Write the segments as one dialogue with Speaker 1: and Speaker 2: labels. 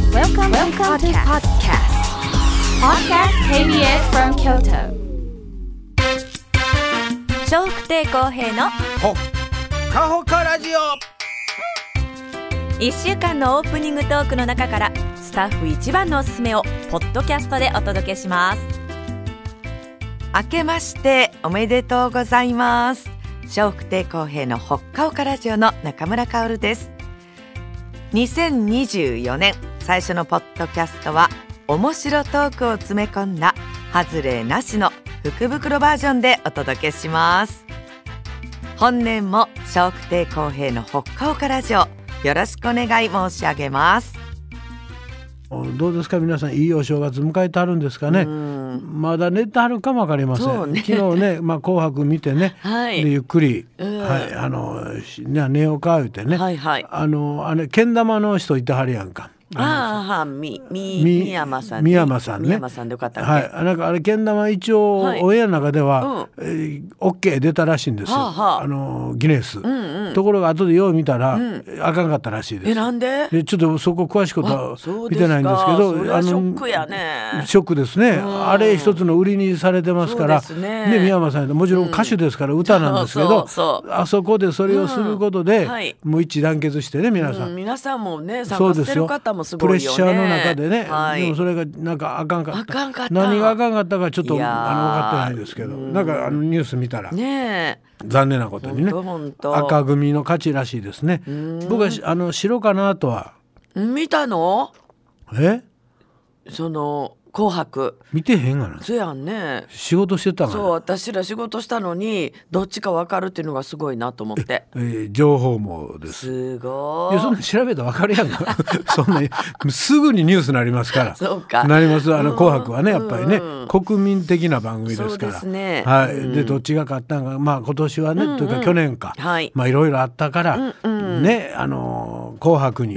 Speaker 1: Welcome, to podcast. Podcast KBS from Kyoto. 笑福亭公平の
Speaker 2: ほっかほかラジオ
Speaker 1: 1週間のオープニングトークの中からスタッフ一番のおすすめをポッドキャストでお届けします。
Speaker 3: 明けましておめでとうございます笑福亭公平の北海道ラジオの中村香織です2024年最初のポッドキャストは面白トークを詰め込んだハズレなしの福袋バージョンでお届けします本年も笑福亭公平の北海道ラジオよろしくお願い申し上げます
Speaker 4: どうですか皆さんいいお正月迎えてはるんですかねまだ寝てはるかもわかりませ、
Speaker 3: そうんね
Speaker 4: 昨日ね、まあ、紅白見てね、
Speaker 3: はい
Speaker 4: でゆっくり、
Speaker 3: うん
Speaker 4: はい、あのしね寝ようか言うてね、
Speaker 3: はいはい
Speaker 4: あのあれけん玉の人いてはるやんか。
Speaker 3: ああ、み、み、
Speaker 4: み
Speaker 3: みやまさん。
Speaker 4: みやまさんね
Speaker 3: みやまさんでよかったっけ。
Speaker 4: はい、なんかあれけん玉一応、
Speaker 3: はい
Speaker 4: オンエアの中では、えーオッケー出たらしいんですよ、
Speaker 3: はあはあ
Speaker 4: のギネス、ところが後でよう見たら、あかんかったらしいです
Speaker 3: え、なんで。
Speaker 4: でちょっとそこ詳しいこと
Speaker 3: あそ
Speaker 4: は
Speaker 3: うで
Speaker 4: 見て
Speaker 3: すか
Speaker 4: ないんですけ
Speaker 3: それ
Speaker 4: ど
Speaker 3: はショックやね
Speaker 4: ショックですねあれ一つの売りにされてますから
Speaker 3: そうですね
Speaker 4: 宮間さんやともちろん歌手ですから歌なんですけ
Speaker 3: そ
Speaker 4: ど
Speaker 3: うそうそう
Speaker 4: あそこでそれをすることで、
Speaker 3: うんはい
Speaker 4: もう一致団結してね皆さ
Speaker 3: うん
Speaker 4: ん。
Speaker 3: 皆さんもね、参
Speaker 4: そう
Speaker 3: 加
Speaker 4: で
Speaker 3: して
Speaker 4: す
Speaker 3: る
Speaker 4: よ
Speaker 3: 方もす
Speaker 4: プ
Speaker 3: ご
Speaker 4: レッ
Speaker 3: いよ
Speaker 4: シ
Speaker 3: ね。
Speaker 4: ャーの中でね、
Speaker 3: はい
Speaker 4: でもそれがなんかあかんかった
Speaker 3: あかんかった
Speaker 4: 何があかんかったかちょっとあの
Speaker 3: い
Speaker 4: 分
Speaker 3: やー
Speaker 4: かってないんですけどなんかあのニュース見たら、
Speaker 3: ね
Speaker 4: 残念なことにね
Speaker 3: ほんとほんと
Speaker 4: 赤組の勝ちらしいですね僕はしあの白かなとは
Speaker 3: え、見たの。
Speaker 4: え
Speaker 3: その紅白。
Speaker 4: 見てへんがな
Speaker 3: そやんね。
Speaker 4: 仕事してたか
Speaker 3: そう、
Speaker 4: ら、
Speaker 3: 私ら仕事したのに、どっちかわかるっていうのがすごいなと思って。
Speaker 4: えー情報もです
Speaker 3: すご
Speaker 4: い
Speaker 3: い。
Speaker 4: やそんなん調べたら分かるやん かそんなすぐにニュースになりますから
Speaker 3: そうか
Speaker 4: なりますあの「紅白」はねやっぱりね、
Speaker 3: うんうん
Speaker 4: 国民的な番組ですから
Speaker 3: そうですね
Speaker 4: はい
Speaker 3: うん
Speaker 4: でどっちが勝ったんか、まあ、今年はね、というか去年か、
Speaker 3: はい
Speaker 4: まあいろいろあったから、ねあのー紅白に、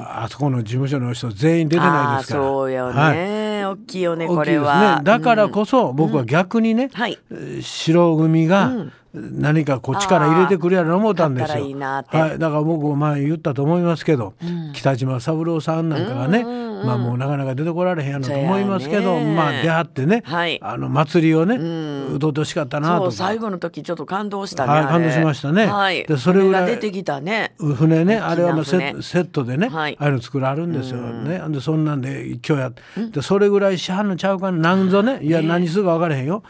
Speaker 4: あそこの事務所の人全員出てないですから
Speaker 3: あーそうよね、
Speaker 4: はい
Speaker 3: 大きいよね、こ
Speaker 4: 大きい
Speaker 3: れ
Speaker 4: です
Speaker 3: は
Speaker 4: ね。だからこそ僕は逆にね、
Speaker 3: はい
Speaker 4: えー白組が何かこっちから入れてくれやろと思ったんです
Speaker 3: あー勝った
Speaker 4: よ。
Speaker 3: らいいなって
Speaker 4: はい、だから僕も前言ったと思いますけど、北島三郎さんなんかがね、まあもうなかなか出てこられへんやろと思いますけ
Speaker 3: そう
Speaker 4: ど、
Speaker 3: やね
Speaker 4: まあ出会ってね、
Speaker 3: はい
Speaker 4: あの祭りをね、うどうとしかったな
Speaker 3: そ
Speaker 4: と
Speaker 3: う
Speaker 4: か
Speaker 3: 最。後の時ちょっと感動したね、
Speaker 4: はい
Speaker 3: あれ
Speaker 4: 感動しましたね
Speaker 3: はい、
Speaker 4: でそれぐらい
Speaker 3: が出てきたね
Speaker 4: 船ねあれはまあ
Speaker 3: 大きな
Speaker 4: セ
Speaker 3: 船
Speaker 4: セットでね、
Speaker 3: はい
Speaker 4: ああいうの作らはるんですよねでそんなんで今日やでそれぐらい市販のちゃうかななんぞねいや何するか分からへんよ、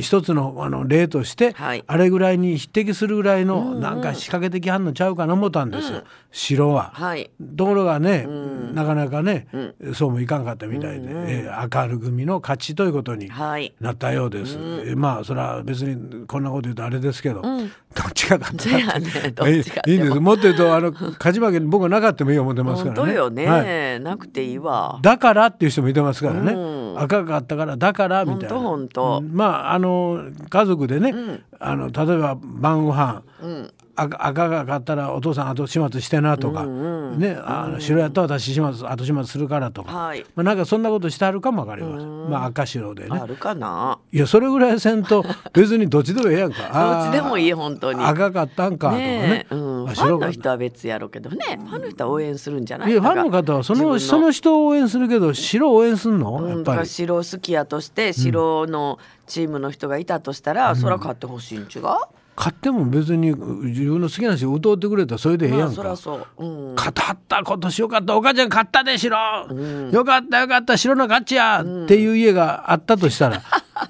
Speaker 4: 一つのあの例として、
Speaker 3: はい
Speaker 4: あれぐらいに匹敵するぐらいのなんか仕掛けてきはんのちゃうかな思ったんですよ、城は。
Speaker 3: はい
Speaker 4: ところがね、なかなかね、そうもいかんかったみたいで、えー明る組の勝ちということに
Speaker 3: はい
Speaker 4: なったようです、えーまあそれは別にこんなこと言うとあれですけど、どっちが勝った
Speaker 3: そうやねどっちかって
Speaker 4: いいいいんですもっと言うとあの勝ち負け僕はなかったもいい思ってますか
Speaker 3: 本
Speaker 4: ら
Speaker 3: 当
Speaker 4: ね
Speaker 3: よね、
Speaker 4: はい、
Speaker 3: なくていいわ
Speaker 4: だからっていう人もいてますからね、
Speaker 3: うん
Speaker 4: 赤かったからだからみたいな
Speaker 3: ほんとほんと
Speaker 4: うんまああの家族でね、あの例えば晩ご飯、赤赤が買ったらお父さん後始末してなとか、ね、あの白やったら私始末後始末するからとか、
Speaker 3: はい
Speaker 4: まあ、なんかそんなことしてはるかもわかります、まあ、赤白でね
Speaker 3: あるかない
Speaker 4: やそれぐらいせん と別にどっちでもええやんか
Speaker 3: どっちでもいい
Speaker 4: ん
Speaker 3: 本当に
Speaker 4: 赤かったんかとか
Speaker 3: ね
Speaker 4: ね
Speaker 3: え、う
Speaker 4: あ
Speaker 3: ん、ファン
Speaker 4: 白か
Speaker 3: の
Speaker 4: っ
Speaker 3: 人は別やろうけどねファンの人は応援するんじゃない
Speaker 4: いやファンの方はその
Speaker 3: 自
Speaker 4: そ
Speaker 3: 分
Speaker 4: の人を応援するけど白を応援すんのやっ
Speaker 3: うん、だか
Speaker 4: ぱ
Speaker 3: ら
Speaker 4: り。
Speaker 3: 白好きやとして白のチームの人がいたとしたら、そら買ってほしいん違う、
Speaker 4: 買っても別に自分の好きな人歌うてくれたらそれでええ
Speaker 3: ま
Speaker 4: や
Speaker 3: あ
Speaker 4: んか、
Speaker 3: そらそう、うん、
Speaker 4: 勝った今年よかったお母ちゃん勝ったで白、よかったよかった白の勝ちや、っていう家があったとした ら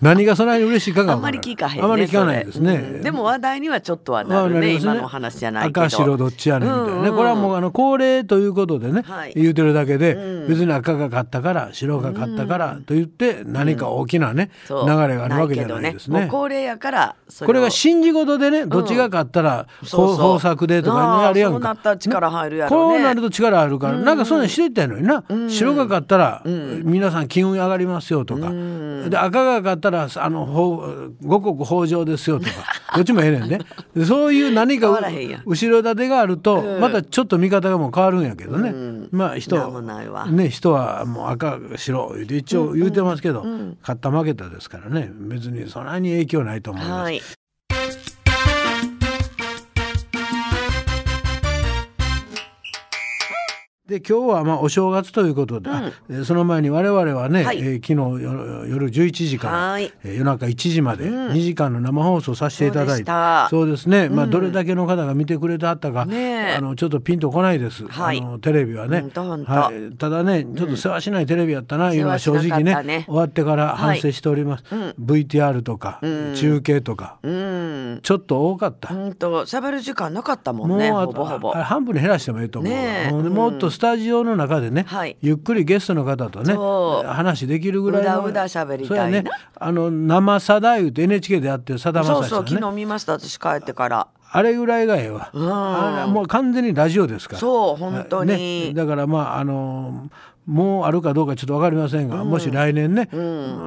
Speaker 4: 何がそんなに嬉しいかが
Speaker 3: あん
Speaker 4: 分か
Speaker 3: ま
Speaker 4: ら
Speaker 3: り聞かへんね
Speaker 4: あまり聞かないですね、
Speaker 3: それうんでも話題にはちょっとはなるね,、
Speaker 4: まあります
Speaker 3: 今のお話じゃないけど
Speaker 4: 赤白どっちやねんみたいなね、
Speaker 3: うんうん
Speaker 4: これはもうあの恒例ということでね、
Speaker 3: はい
Speaker 4: 言うてるだけで、別に赤が勝ったから白が勝ったからと言って何か大きなね、
Speaker 3: そう
Speaker 4: 流れがあるわけじゃないです
Speaker 3: も
Speaker 4: ね
Speaker 3: う。高齢やからそ
Speaker 4: これが
Speaker 3: を
Speaker 4: 信じ事でねどっちが勝ったら
Speaker 3: そうそう
Speaker 4: 方策でとかね
Speaker 3: あー
Speaker 4: あるやん
Speaker 3: そうな
Speaker 4: か
Speaker 3: っ。たら力入るやろ
Speaker 4: こ
Speaker 3: ね
Speaker 4: うなると力あるから、なんかそんなんしていったんやのにな、白が勝ったら、皆さん金運上がりますよとか、で赤が勝ったらあのほう五穀豊穣ですよとか どっちもええねんねでそういう何か
Speaker 3: 変
Speaker 4: う
Speaker 3: わらへんやん
Speaker 4: 後ろ盾があると、またちょっと見方がもう変わるんやけどね、まあ人
Speaker 3: なんもないわ
Speaker 4: ね人はもう赤白言うて一応言うてますけど、勝った負けたですからね別にそんなに影響ないと思います。
Speaker 3: はい
Speaker 4: で今日はまあお正月ということで、あえーその前に我々はね、
Speaker 3: はい
Speaker 4: えー昨日夜夜11時から
Speaker 3: はい、
Speaker 4: えー夜中1時まで2時間の生放送させていただいて、
Speaker 3: そう
Speaker 4: そうですね、まあ、どれだけの方が見てくれてあったか、
Speaker 3: ねえ
Speaker 4: あのちょっとピンとこないです、
Speaker 3: はい
Speaker 4: あのテレビはね、
Speaker 3: ほんとほんと
Speaker 4: はい、ただねちょっと世話しないテレビやったな、今は正
Speaker 3: 世話し
Speaker 4: 直
Speaker 3: な
Speaker 4: ね
Speaker 3: かったね
Speaker 4: 終わってから反省しております、VTR とか、中継とか、
Speaker 3: うん
Speaker 4: ちょっと多かった、
Speaker 3: うんと喋る時間なかったも
Speaker 4: も
Speaker 3: ん
Speaker 4: う
Speaker 3: ね
Speaker 4: あ
Speaker 3: ほぼほぼ
Speaker 4: あ半分に減らしてもいいと思うわ、
Speaker 3: ねえ
Speaker 4: もうねもっとスタジオの中でね、
Speaker 3: はい
Speaker 4: ゆっくりゲストの方とね
Speaker 3: そう
Speaker 4: 話できるぐらいの
Speaker 3: うだうだ喋りたいな
Speaker 4: そうやねあの生さだいうて NHK でやってるさだまさ
Speaker 3: そう
Speaker 4: し
Speaker 3: そ
Speaker 4: さん
Speaker 3: う
Speaker 4: ね
Speaker 3: 昨日見ました私帰ってから
Speaker 4: あれぐらいがええわ、あ
Speaker 3: ん
Speaker 4: れはもう完全にラジオですから
Speaker 3: そう本当
Speaker 4: ね、
Speaker 3: に、
Speaker 4: だからまああのもうあるかどうかちょっと分かりませんが、もし来年ね、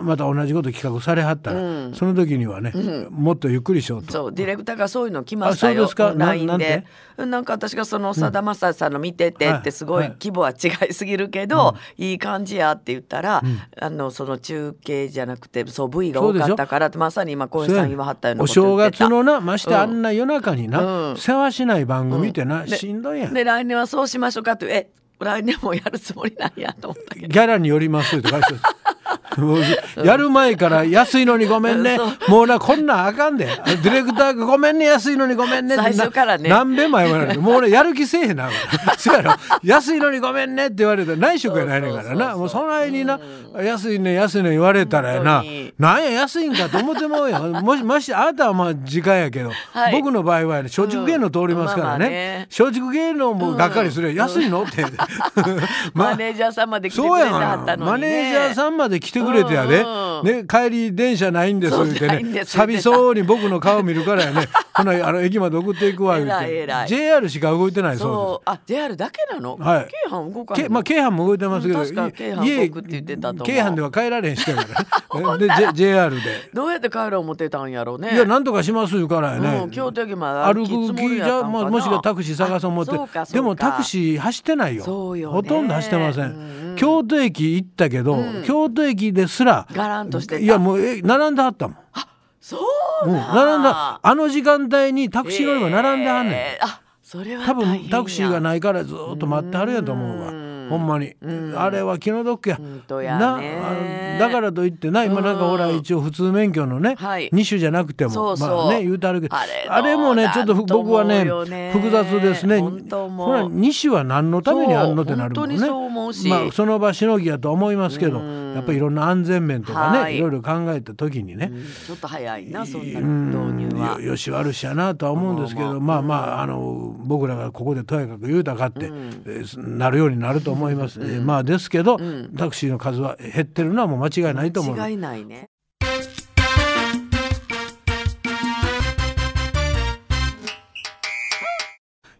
Speaker 4: また同じこと企画されはったら、その時にはね、もっとゆっくりしようと
Speaker 3: そうディレクターがそういうの来ました
Speaker 4: あそう
Speaker 3: よ
Speaker 4: ですかな
Speaker 3: LINE
Speaker 4: なん
Speaker 3: で
Speaker 4: て
Speaker 3: なんか私がそのさだまさしさんの見てて
Speaker 4: はい
Speaker 3: ってすご
Speaker 4: は
Speaker 3: い
Speaker 4: い
Speaker 3: 規模は違いすぎるけど、いい感じやって言ったら、あのその中継じゃなくてそう V が多かったからってまさに今小林さん言わはったような
Speaker 4: お
Speaker 3: こと言
Speaker 4: 正
Speaker 3: ってた
Speaker 4: 月のなましてあんな夜中にな、
Speaker 3: うん
Speaker 4: 世話しない番組ってな、
Speaker 3: うん
Speaker 4: しんどいやん、
Speaker 3: で来年はそうしましょうかってえ来年もやるつもりなんやと思ったけど
Speaker 4: ギャラによりますとか 書いてあるもうやる前から安いのにごめんね
Speaker 3: そう
Speaker 4: もうなこんなんあかんでディレクターがごめんね安いのにごめんねってな
Speaker 3: 最初からね
Speaker 4: 何べんも謝られてもう俺やる気せえへんな そうやろ安いのにごめんねって言われたら内職やないねんからな
Speaker 3: そ
Speaker 4: も
Speaker 3: う
Speaker 4: う
Speaker 3: そう
Speaker 4: そないにな安いね安いね言われたらや
Speaker 3: 本
Speaker 4: な
Speaker 3: 当に
Speaker 4: なんや安いんかと思ってもうやもしましてあなたはまあ時間やけど、
Speaker 3: はい
Speaker 4: 僕の場合はね松竹芸能通りますからね,、
Speaker 3: うんまあまあね
Speaker 4: 松竹芸能もがっかりするよ、安いの って
Speaker 3: マネージャーさんまで来てく
Speaker 4: そう
Speaker 3: れて
Speaker 4: や
Speaker 3: は
Speaker 4: が
Speaker 3: っ
Speaker 4: な
Speaker 3: たの
Speaker 4: マ
Speaker 3: に、
Speaker 4: ネ
Speaker 3: ね、
Speaker 4: ージャーさんまで来てくれてやで、
Speaker 3: うん
Speaker 4: ね、帰り電車ないんです
Speaker 3: そう
Speaker 4: 言て
Speaker 3: ないんで
Speaker 4: ね
Speaker 3: す言うて
Speaker 4: 寂
Speaker 3: た
Speaker 4: そうに僕の顔見るから やねほなあの駅まで送っていくわ言う
Speaker 3: 偉い
Speaker 4: て
Speaker 3: 偉い
Speaker 4: JR しか動いてないそう
Speaker 3: そうあ JR だけなの、
Speaker 4: はい
Speaker 3: 京阪動か
Speaker 4: です
Speaker 3: ない
Speaker 4: けまあ京阪も動いてますけど、
Speaker 3: うん確か京阪
Speaker 4: 家
Speaker 3: 僕って言ってたと思う
Speaker 4: 京阪では帰られへんしてるからで J- JR で。
Speaker 3: どうやって帰ろう思ってたんやろうね
Speaker 4: いやなんとかします言うからやね、
Speaker 3: うん京都駅まで
Speaker 4: 歩
Speaker 3: 歩きつ
Speaker 4: く
Speaker 3: も
Speaker 4: 気
Speaker 3: り
Speaker 4: じ
Speaker 3: やった
Speaker 4: ゃ、
Speaker 3: んかな
Speaker 4: まあ、もしくはタクシー探そう思って
Speaker 3: あそうかそうか
Speaker 4: でもタクシー走ってないよ
Speaker 3: そうよね
Speaker 4: ほとんど走ってません、
Speaker 3: うん
Speaker 4: 京都駅行ったけど、京都駅ですら
Speaker 3: ガランとしてた
Speaker 4: いやもうえ並んではったもん、
Speaker 3: そう
Speaker 4: うん、
Speaker 3: な
Speaker 4: 並んだあの時間帯にタクシー乗り場並んではんねん、
Speaker 3: えーあそれは
Speaker 4: 多
Speaker 3: 大変や
Speaker 4: 分タクシーがないからずーっと待ってはるやと思うわ
Speaker 3: うん
Speaker 4: ほんまにあれは気の毒や
Speaker 3: んとやね
Speaker 4: なあだからといってな今なんかほら
Speaker 3: うん
Speaker 4: 一応普通免許のね
Speaker 3: はい
Speaker 4: 2種じゃなくて
Speaker 3: そ
Speaker 4: も
Speaker 3: うそう
Speaker 4: まあね言うてあるけど
Speaker 3: あれ
Speaker 4: あれもねちょっと
Speaker 3: どうなんと思
Speaker 4: 僕はね
Speaker 3: うよね
Speaker 4: 複雑ですね
Speaker 3: 本当思う
Speaker 4: ほら2種は何のためにあんのってなるもんね
Speaker 3: そう本当にそう思うし
Speaker 4: まあその場しのぎやと思いますけどやっぱりいろんな安全面とか
Speaker 3: は
Speaker 4: ね
Speaker 3: い
Speaker 4: いろいろ考えた時にね
Speaker 3: うんちょっと早いなそんな
Speaker 4: うん
Speaker 3: 導入は
Speaker 4: よよし悪しやなとは思うんですけど、まあまああの僕らがここでとやかく言うたかって、えーすなるようになると思います、えーまあですけど、タクシーの数は減ってるのはもう間違いないと思う
Speaker 3: 違いないね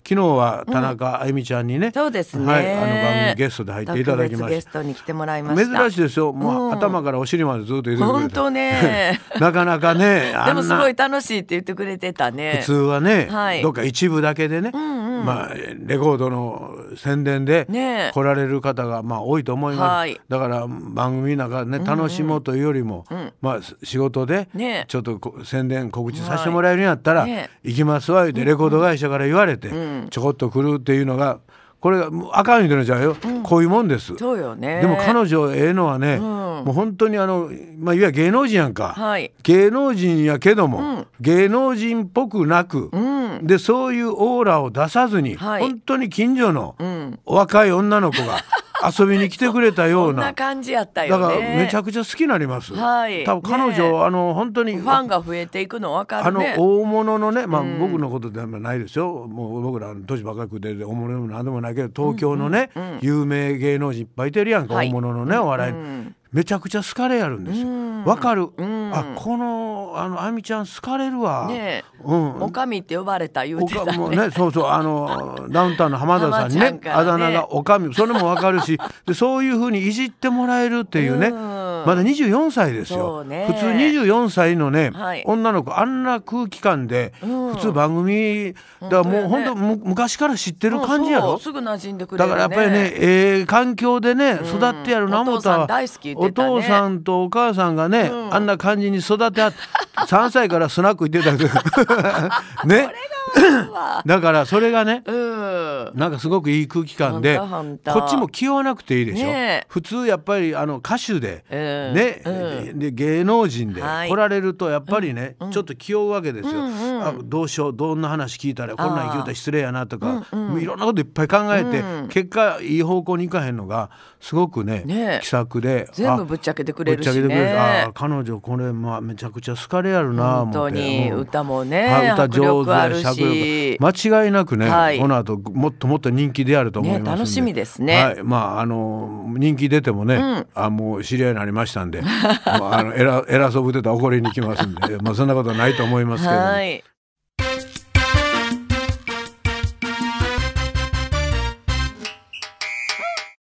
Speaker 4: 昨日は田中あゆみちゃんにね、
Speaker 3: そうですね
Speaker 4: はい、あの番組ゲストで入っていただきま
Speaker 3: 特別ゲ
Speaker 4: し
Speaker 3: ストに来てもらい
Speaker 4: た
Speaker 3: ました
Speaker 4: 珍しいですよもう、
Speaker 3: うん
Speaker 4: 頭からお尻までずっと入れてくれ
Speaker 3: 本
Speaker 4: て
Speaker 3: 当ね
Speaker 4: なかなかねあ
Speaker 3: で
Speaker 4: んな
Speaker 3: もすごい楽しいって言ってくれてたね
Speaker 4: 普通はね、
Speaker 3: はい
Speaker 4: どっか一部だけでね、まあレコードの宣伝で
Speaker 3: ねえ
Speaker 4: 来られる方がまあ多いと思います、
Speaker 3: はい
Speaker 4: だから番組なんかね楽しもうというよりも、まあ仕事で
Speaker 3: ねえ
Speaker 4: ちょっとこ宣伝告知させてもらえるんやったら、
Speaker 3: はいね
Speaker 4: 行きますわ言うてレコード会社から言われて、ちょこっと来るっていうのがこれがもうあかん言うてるんじゃないよ、こういうもんです。
Speaker 3: そうよね
Speaker 4: でも彼女ええのはね、もう本当にあの、まあ、いわゆる芸能人やんか、
Speaker 3: はい
Speaker 4: 芸能人やけども、芸能人っぽくなく、でそういうオーラを出さずに、
Speaker 3: はい
Speaker 4: 本当に近所の
Speaker 3: ん
Speaker 4: お若い女の子 が遊びに来てくれたよ
Speaker 3: こ
Speaker 4: うんな
Speaker 3: な感じやった
Speaker 4: だ
Speaker 3: よね
Speaker 4: からめちゃくちゃ好きになります、
Speaker 3: はい
Speaker 4: 多分彼
Speaker 3: ねえ
Speaker 4: 女、あの本当に
Speaker 3: ファンが増えていくの分か
Speaker 4: あ
Speaker 3: る
Speaker 4: の
Speaker 3: ね
Speaker 4: 大物のね、まあ、僕のことではないですよ、もう僕らの年ばっかりで大物でも何でもないけど東京のね、有名芸能人いっぱいいてるやんか、
Speaker 3: はい
Speaker 4: 大物のねお笑い、めちゃくちゃ好かれやるんですよわ、かる、あこのあのあみちゃん好かれるわ、
Speaker 3: ねえ
Speaker 4: うん
Speaker 3: おかみって呼ばれた言う
Speaker 4: お
Speaker 3: てた
Speaker 4: か
Speaker 3: ね
Speaker 4: もうね、そうそう、あの、ダウンタウンの浜田さんに
Speaker 3: 浜
Speaker 4: ね、
Speaker 3: ちゃ
Speaker 4: あ
Speaker 3: んから
Speaker 4: だ
Speaker 3: ね
Speaker 4: 名がおかみ、それもわかるし。で、そういうふうにいじってもらえるっていうね、
Speaker 3: うん
Speaker 4: まだ24歳です
Speaker 3: そう
Speaker 4: よ。
Speaker 3: ね
Speaker 4: 普通24歳のね、
Speaker 3: はい
Speaker 4: 女の子、あんな空気感で、
Speaker 3: うん
Speaker 4: 普通番組。だから、もう、本
Speaker 3: 本当
Speaker 4: 当、
Speaker 3: よね
Speaker 4: む昔から知ってる
Speaker 3: うん
Speaker 4: 感じや
Speaker 3: そ
Speaker 4: ろ
Speaker 3: う。すぐ馴染んでくれ
Speaker 4: だ
Speaker 3: る、ね、
Speaker 4: からやっぱりね、ええ環境でね育ってやるな思った
Speaker 3: お父さん
Speaker 4: わ
Speaker 3: 大好き言っ
Speaker 4: お
Speaker 3: てたね
Speaker 4: 父さんとお母さんがね、あんな感じに育てあっ3歳からスナック行ってたけ どねだからそれがね
Speaker 3: うん
Speaker 4: なんかすごくいい空気感で
Speaker 3: ほんとほんと
Speaker 4: こっちも気負わなくていいでしょ、
Speaker 3: ねえ
Speaker 4: 普通やっぱりあの歌手で、
Speaker 3: うん
Speaker 4: ね、
Speaker 3: う
Speaker 4: で芸能人で
Speaker 3: はい
Speaker 4: 来られるとやっぱりね、ちょっと気負うわけですよ、
Speaker 3: うんうん
Speaker 4: あどうしようどんな話聞いたらこんなん言うたら失礼やなとか、
Speaker 3: うんうん
Speaker 4: いろんなこといっぱい考えて、
Speaker 3: うん
Speaker 4: 結果いい方向に行かへんのがすごくね
Speaker 3: ねえ
Speaker 4: 気さくで
Speaker 3: 全
Speaker 4: あ
Speaker 3: 部ぶっちゃけてくれるし
Speaker 4: ぶっちゃけてくれるあ
Speaker 3: ね
Speaker 4: ー彼女これ、まあ、めちゃくちゃ好かれやるな
Speaker 3: 本
Speaker 4: 思
Speaker 3: 当
Speaker 4: って
Speaker 3: に
Speaker 4: うん
Speaker 3: 歌もね
Speaker 4: あ歌
Speaker 3: 迫
Speaker 4: 上手
Speaker 3: 力あ
Speaker 4: や
Speaker 3: る
Speaker 4: し迫
Speaker 3: し
Speaker 4: 力間違いなくね、
Speaker 3: はい
Speaker 4: この後もっともっと人気であると思いますんで、
Speaker 3: ね楽しみですね
Speaker 4: はい、まああの人気出てもね、あもう知り合いになりましたんで もうあの偉偉そうぶってたら怒りに来ますんで まあそんなことはないと思いますけれども
Speaker 3: はい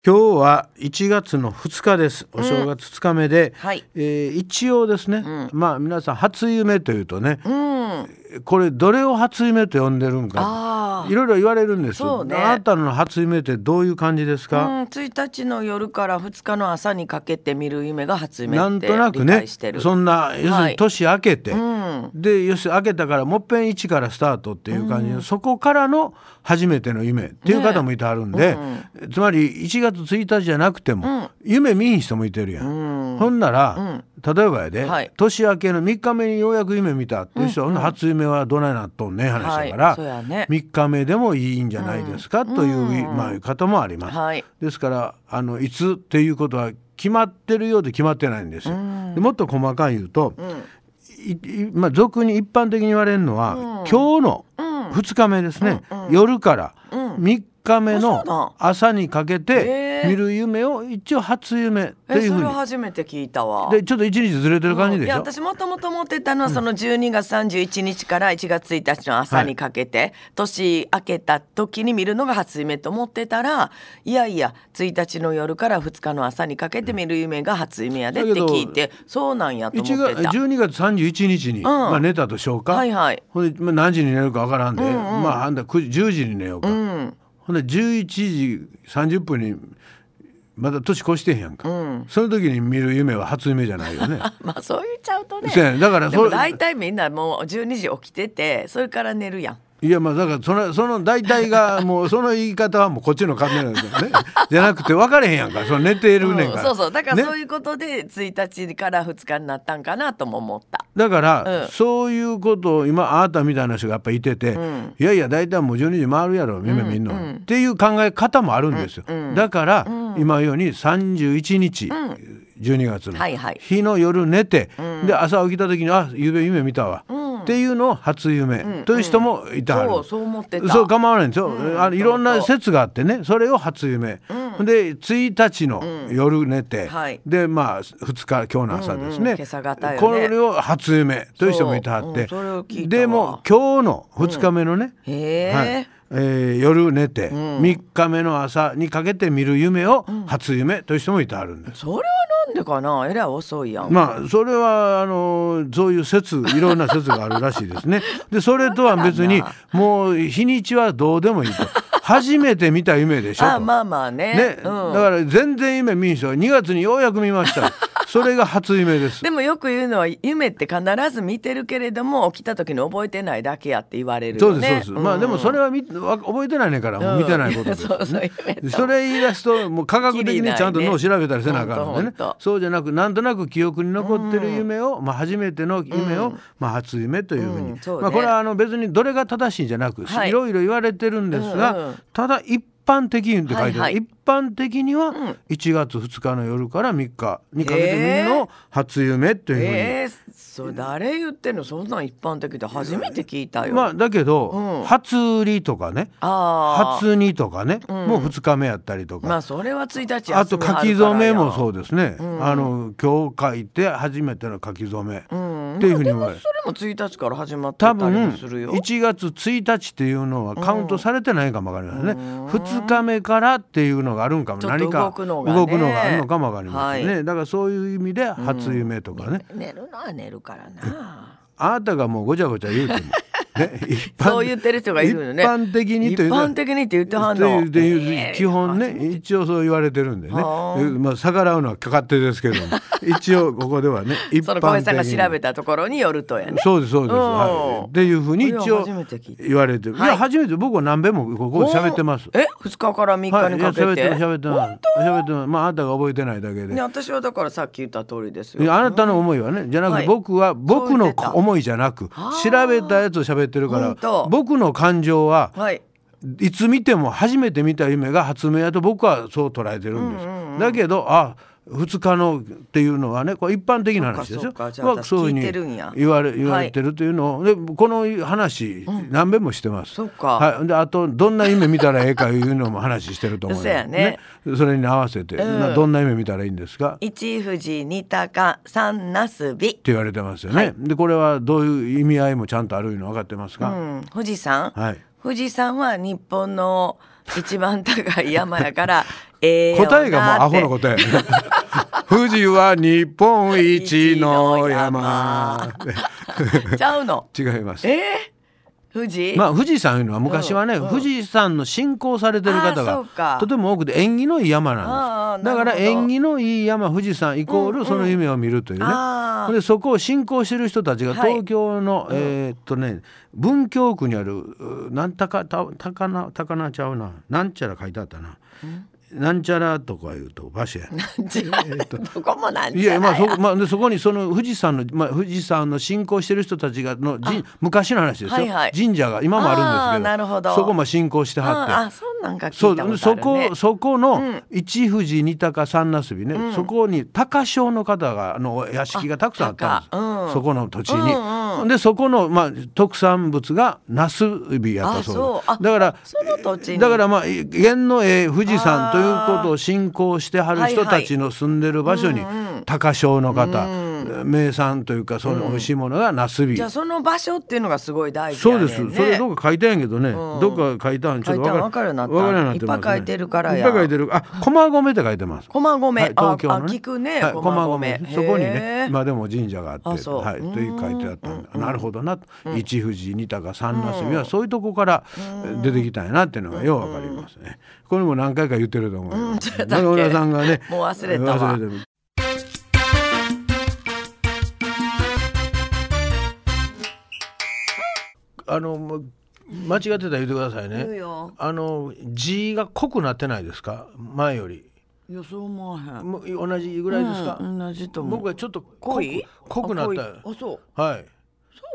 Speaker 4: 今日は1月の2日ですお正月2日目で、
Speaker 3: はい
Speaker 4: えー一応ですね、まあ皆さん初夢というとね
Speaker 3: うん
Speaker 4: これどれを初夢と呼んでるんか
Speaker 3: あ
Speaker 4: いろいろ言われるんです
Speaker 3: そうね
Speaker 4: あなたの初夢ってどういう感じですか、
Speaker 3: あ、うん、1日の夜から2日の朝にかけて見る夢が初夢
Speaker 4: なん
Speaker 3: って
Speaker 4: となく
Speaker 3: 理
Speaker 4: ね
Speaker 3: 解してる。
Speaker 4: そんな要する
Speaker 3: は
Speaker 4: に
Speaker 3: い
Speaker 4: 年明けて、
Speaker 3: うん、
Speaker 4: で要するに明けたからもっぺん一からスタートっていう感じで、そこからの初めての夢っていう方もいてはるんで、つまり1月1日じゃなくても、夢見ん人もいてるやん。ほんなら、例えばやで、
Speaker 3: はい
Speaker 4: 年明けの3日目にようやく夢見たっていう人は、ほんなら初夢はどないなっとんねん話だから、
Speaker 3: はいそうやね
Speaker 4: 3日目でもいいんじゃないですか、という、まあ、方もあります。
Speaker 3: はい
Speaker 4: ですからあのいつっていうことは決まってるようで決まってないんですよ。でもっと細かい言うと、いいまあ、俗に一般的に言われるのは、今日の2日目ですね、夜から3日目
Speaker 3: あそう
Speaker 4: の
Speaker 3: だ
Speaker 4: 朝にかけて
Speaker 3: へー
Speaker 4: 見る夢を一応初夢と
Speaker 3: え
Speaker 4: いう
Speaker 3: そ
Speaker 4: ふう
Speaker 3: れ
Speaker 4: に
Speaker 3: 初めて聞いたわ。
Speaker 4: でちょっと一日ずれてる感じで
Speaker 3: い
Speaker 4: し
Speaker 3: や
Speaker 4: ょ。
Speaker 3: 私もともと持ってたのはその12月31日から1月1日の朝にかけて、年明けた時に見るのが初夢と思ってたらいやいや1日の夜から2日の朝にかけて見る夢が初夢やでって聞いてそうなんやと
Speaker 4: 1
Speaker 3: 思って
Speaker 4: 月
Speaker 3: た。
Speaker 4: 12月31日に、まあ、寝たとしようか、
Speaker 3: はいはい
Speaker 4: ほんで、まあ、何時に寝るかわからんで、まああんだ9時10時に寝ようか、
Speaker 3: うん
Speaker 4: ほんで11時30分にまだ年越してへんやんか、
Speaker 3: ん
Speaker 4: その時に見る夢は初夢じゃないよね
Speaker 3: まあそう言っちゃうとね
Speaker 4: そうやねだから
Speaker 3: で
Speaker 4: そ
Speaker 3: も
Speaker 4: れ
Speaker 3: 大体みんなもう12時起きててそれから寝るやん
Speaker 4: いやまあだからそのその大体 がもうその言い方はもうこっちの勝手なんだよねじゃなくて分かれへんやんかその寝てるねんか
Speaker 3: うん
Speaker 4: ら、
Speaker 3: そうそうだからそう
Speaker 4: ね
Speaker 3: いうことで1日から2日になったんかなとも思った、
Speaker 4: だから、
Speaker 3: うん
Speaker 4: そういうことを今あなたみたいな人がやっぱいてて、
Speaker 3: ん
Speaker 4: いやいや大体もう12時回るやろ夢見んの、っていう考え方もあるんですよ、
Speaker 3: うんうん
Speaker 4: だから、今言うように31日、12月の、
Speaker 3: はいはい
Speaker 4: 日の夜寝て、で朝起きた時にあ夢夢見たわ、っていうのを初夢、という人もいてはる。
Speaker 3: そうそう思ってた
Speaker 4: そう構わないんですよ、あのいろんな
Speaker 3: そうそう
Speaker 4: 説があってねそれを初夢、で1日の夜寝て、
Speaker 3: はい
Speaker 4: でまあ2日今日の朝ですね、
Speaker 3: うんうん今朝方よね
Speaker 4: これを初夢という人もいてはって、
Speaker 3: そううんそれを聞いたわ
Speaker 4: でも今日の2日目のね、
Speaker 3: へえ、
Speaker 4: はいえー夜寝て3日目の朝にかけて見る夢を初夢という人もいてはるんです。
Speaker 3: それはなんでかなえらい遅いやん、
Speaker 4: まあそれはあのそういう 説いろんな説があるらしいですね。でそれとは別にもう日にちはどうでもいいと初めて見た夢でしょと。
Speaker 3: あまあまあね
Speaker 4: ね、
Speaker 3: うん、
Speaker 4: だから全然夢見ん人は2月にようやく見ました。それが初夢です。
Speaker 3: でもよく言うのは夢って必ず見てるけれども起きた時に覚えてないだけやって言われる
Speaker 4: そ
Speaker 3: よ
Speaker 4: うです、
Speaker 3: ね
Speaker 4: そうです。まあでもそれ
Speaker 3: は
Speaker 4: は見わ覚えてないねんから、もう見てないことです、ね
Speaker 3: そうそう夢と
Speaker 4: それ言い出すともう科学的にちゃんと脳を調べたりせなあかんので
Speaker 3: ほ
Speaker 4: ね
Speaker 3: んとほんと
Speaker 4: そうじゃなくなんとなく記憶に残ってる夢を、まあ、初めての夢を、まあ、初夢というふうに、
Speaker 3: うんそうね
Speaker 4: まあ、これはあの別にどれが正しいんじゃなく、、
Speaker 3: はいい
Speaker 4: ろいろ言われてるんですが、
Speaker 3: うんうん
Speaker 4: ただ一般的にって書いてある、
Speaker 3: はいはい
Speaker 4: 一般的には1月2日の夜から3日にかけて見るのを初夢というふうに、
Speaker 3: えー、そう誰言ってんのそんなん一般的で初めて聞いたよ、
Speaker 4: まあだけど、
Speaker 3: うん
Speaker 4: 初売りとかね
Speaker 3: あー
Speaker 4: 初にとかね、もう2日目やったりとか、
Speaker 3: まあそれは1日休み
Speaker 4: あと書き初めも
Speaker 3: う
Speaker 4: そうですね、あの今日書いて初めての書き初め、っていうふうに言われる
Speaker 3: それも1日から始まって
Speaker 4: 多
Speaker 3: たり
Speaker 4: 分
Speaker 3: もするよ
Speaker 4: 1月1日っていうのはカウントされてないかもわかりませんね、2日目からっていうのがあるんかも
Speaker 3: ちょっと
Speaker 4: 何か
Speaker 3: 動くのがね
Speaker 4: 動くのがあるのかもわかりませんね、
Speaker 3: は
Speaker 4: だからそういう意味で初夢とかね、
Speaker 3: 寝るのは寝るからな
Speaker 4: あなたがもうごちゃごちゃ言うてもね、一般
Speaker 3: そう言ってる人がいるよね
Speaker 4: 一般的にという
Speaker 3: 一
Speaker 4: のは
Speaker 3: 般的にって言ってはんの
Speaker 4: っていう
Speaker 3: ええ
Speaker 4: 基本ね一応そう言われてるんでね、
Speaker 3: はあ
Speaker 4: えまあ、逆らうのは勝手です けども一応ここではね一
Speaker 3: そ
Speaker 4: 般
Speaker 3: の
Speaker 4: 的
Speaker 3: 小林さんが調べ
Speaker 4: た
Speaker 3: たところによるとやね
Speaker 4: そうですそうです、
Speaker 3: うん
Speaker 4: はい、っていうふうに一応
Speaker 3: これは初めて聞いた
Speaker 4: 言われてる、
Speaker 3: はい
Speaker 4: い、や初めて僕は何べもここで喋ってます
Speaker 3: おーえ二日から三日
Speaker 4: はい、
Speaker 3: に
Speaker 4: いや
Speaker 3: かけ、
Speaker 4: 喋っててます喋ってます喋ってますまああなたが覚えてないだけで
Speaker 3: ね、私はだからさっき言った通りです
Speaker 4: い
Speaker 3: よ
Speaker 4: やあなたの思いはねじゃなく
Speaker 3: は
Speaker 4: て
Speaker 3: い
Speaker 4: 僕は僕
Speaker 3: そう
Speaker 4: の
Speaker 3: 言ってた
Speaker 4: 思いじゃなく
Speaker 3: あー
Speaker 4: 調べたやつを喋ってるか
Speaker 3: ほんと
Speaker 4: ら僕の感情は
Speaker 3: はい
Speaker 4: いつ見ても初めて見た夢が発明やと僕はそう捉えてるんです。だけどあ2日のっていうのはねこれ一般的な話です
Speaker 3: そう
Speaker 4: よ。
Speaker 3: かそうかじゃあ
Speaker 4: まあ
Speaker 3: 私
Speaker 4: そう
Speaker 3: 聞い
Speaker 4: い
Speaker 3: てる
Speaker 4: うんふ
Speaker 3: や
Speaker 4: うに言われ言わ
Speaker 3: はい
Speaker 4: れてるというのを、でこの話何遍もしてます。
Speaker 3: そうか
Speaker 4: はい、であとどんな夢見たらええかいうのも話してると思います
Speaker 3: そうやね
Speaker 4: それに合わせて、などんな夢見たらいいんですか
Speaker 3: 一富士二鷹三なすび
Speaker 4: って言われてますよね、でこれはどういう意味合いもちゃんとあるいうの分かってます
Speaker 3: う
Speaker 4: が、
Speaker 3: ん富士山、
Speaker 4: はい
Speaker 3: 富士山は日本の一番高い山やから ええよなって
Speaker 4: 答えがもうアホの 答え富士は日本一の山
Speaker 3: ちゃうの
Speaker 4: 違います
Speaker 3: ええ富士、
Speaker 4: まあ富士山いうのは昔はね、
Speaker 3: うんうん
Speaker 4: 富士山の信仰されてる
Speaker 3: あ
Speaker 4: 方
Speaker 3: ーそうか
Speaker 4: がとても多くて縁起のいい山
Speaker 3: あ
Speaker 4: な
Speaker 3: ー
Speaker 4: ん
Speaker 3: あー
Speaker 4: ですだか
Speaker 3: な
Speaker 4: ら
Speaker 3: るほど
Speaker 4: 縁起のいい山富士山イコールその夢を見るというね、
Speaker 3: あー
Speaker 4: でそこを信仰してる人たちが
Speaker 3: はい
Speaker 4: 東京の、えーっとね文京区にあるうなんたかた高な高なちゃうななんちゃら書いてあったななんちゃらとかいうと場所やね
Speaker 3: じゃあどこもなん
Speaker 4: い
Speaker 3: じゃ
Speaker 4: やま
Speaker 3: な
Speaker 4: あ
Speaker 3: い
Speaker 4: そ,、まあ、でそこにその富士山の、まあ、富士山の信仰してる人たちがのじん昔の話ですよ、
Speaker 3: はいはい
Speaker 4: 神社が今もあ
Speaker 3: あー
Speaker 4: るんですけど
Speaker 3: なるほど
Speaker 4: そこも信仰してはって。
Speaker 3: ああそんなんか聞
Speaker 4: そ
Speaker 3: いたこ
Speaker 4: う
Speaker 3: とあ
Speaker 4: そ
Speaker 3: るね
Speaker 4: こそこの一富士二鷹三なすびね、そこに高匠の方があのお屋敷がたくさんあったんです、
Speaker 3: あ高うん
Speaker 4: そこの土地に、
Speaker 3: うん
Speaker 4: でそこの、まあ、特産物がなすびやった
Speaker 3: あ
Speaker 4: そ
Speaker 3: そうあ
Speaker 4: うですだから
Speaker 3: その土地に
Speaker 4: だからまあ現のえー富士山ということを信仰してはる人たちの住んでる場所に、高匠の方、名産というかその美味しいものがなすび、
Speaker 3: じゃあその場所っていうのがすごい大事
Speaker 4: そ
Speaker 3: や
Speaker 4: う
Speaker 3: ねん
Speaker 4: で
Speaker 3: ね
Speaker 4: す、それどっか書いてんやけどね、
Speaker 3: ん
Speaker 4: どっか書いたんちょっと
Speaker 3: 書いたん
Speaker 4: わかる
Speaker 3: わかるようになった
Speaker 4: わるようになってます、ね、
Speaker 3: いっぱい書いてるからや
Speaker 4: いっぱい書いてるあ駒込って書いてます
Speaker 3: 駒込、
Speaker 4: はい、
Speaker 3: あ
Speaker 4: 東京の
Speaker 3: あ
Speaker 4: ね
Speaker 3: 聞くね、
Speaker 4: はい
Speaker 3: 駒
Speaker 4: 駒
Speaker 3: 込
Speaker 4: 込そこに
Speaker 3: へ
Speaker 4: ね
Speaker 3: え
Speaker 4: まあでも神社があって
Speaker 3: あそう
Speaker 4: はい、という書いてあったんでなるほどな、一富士二鷹三なすびはそういうとこから出てきたんやなっていうのがようわかりますね、これも何回か言ってると思います、
Speaker 3: うん
Speaker 4: 中村さんがね
Speaker 3: もう忘れたわ
Speaker 4: 忘れてるあのもう間違ってたら言ってください
Speaker 3: 言う
Speaker 4: ね
Speaker 3: よ
Speaker 4: あの字が濃くなってないですか前より
Speaker 3: いやそう思わへん
Speaker 4: もう同じぐらいですか、
Speaker 3: うん同じと思う
Speaker 4: 僕はちょっと濃
Speaker 3: 濃
Speaker 4: く
Speaker 3: い
Speaker 4: 濃くなっ
Speaker 3: あ濃いあそう
Speaker 4: たはい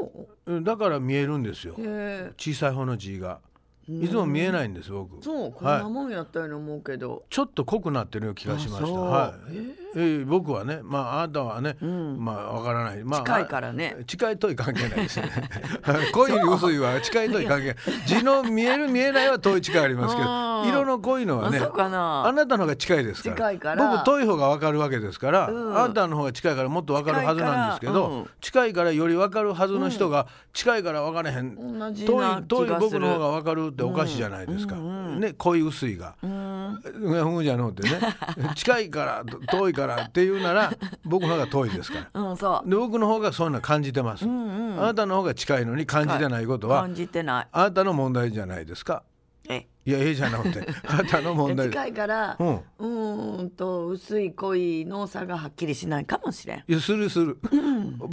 Speaker 3: そう
Speaker 4: うんだから見えるんですよ
Speaker 3: へえ
Speaker 4: 小さい方の字がいつも見えないんです僕
Speaker 3: そうこん
Speaker 4: はい
Speaker 3: なもんやったように思うけど、
Speaker 4: ちょっと濃くなってるような気がしま
Speaker 3: あ
Speaker 4: し
Speaker 3: そ
Speaker 4: た
Speaker 3: う
Speaker 4: はい、えー僕はねまああなたはね、まあわからないまあ
Speaker 3: 近いからね
Speaker 4: 近いとい関係ないですね 濃い薄いは近いとい関係ない字の見える見えないは遠い近いありますけど
Speaker 3: うん
Speaker 4: 色の濃いのはね
Speaker 3: あそうかな
Speaker 4: あなたの方が近いですから
Speaker 3: 近いから
Speaker 4: 僕遠い方がわかるわけですから、あなたの方が近いからもっとわかるはずなんですけど近いからより分かるはずの人が近いから分からへん、
Speaker 3: 同じ
Speaker 4: 遠
Speaker 3: ない気
Speaker 4: 遠い
Speaker 3: がす
Speaker 4: 僕
Speaker 3: る
Speaker 4: の方が分かるっておかしいじゃないですか、ね濃い薄いが、うん、ふんじゃのうってね 近いからと遠いからっていうなら僕の方が遠いですから。
Speaker 3: うんそう
Speaker 4: で僕の方がそんな感じてます、あなたの方が近いのに感じてないことは
Speaker 3: 感じてな
Speaker 4: あなたの問題じゃないですか
Speaker 3: いえ
Speaker 4: いやええじゃなく てあなたの問題
Speaker 3: 近いから
Speaker 4: うん
Speaker 3: うーんと薄い濃いの差がはっきりしないかもしれん
Speaker 4: いやするする、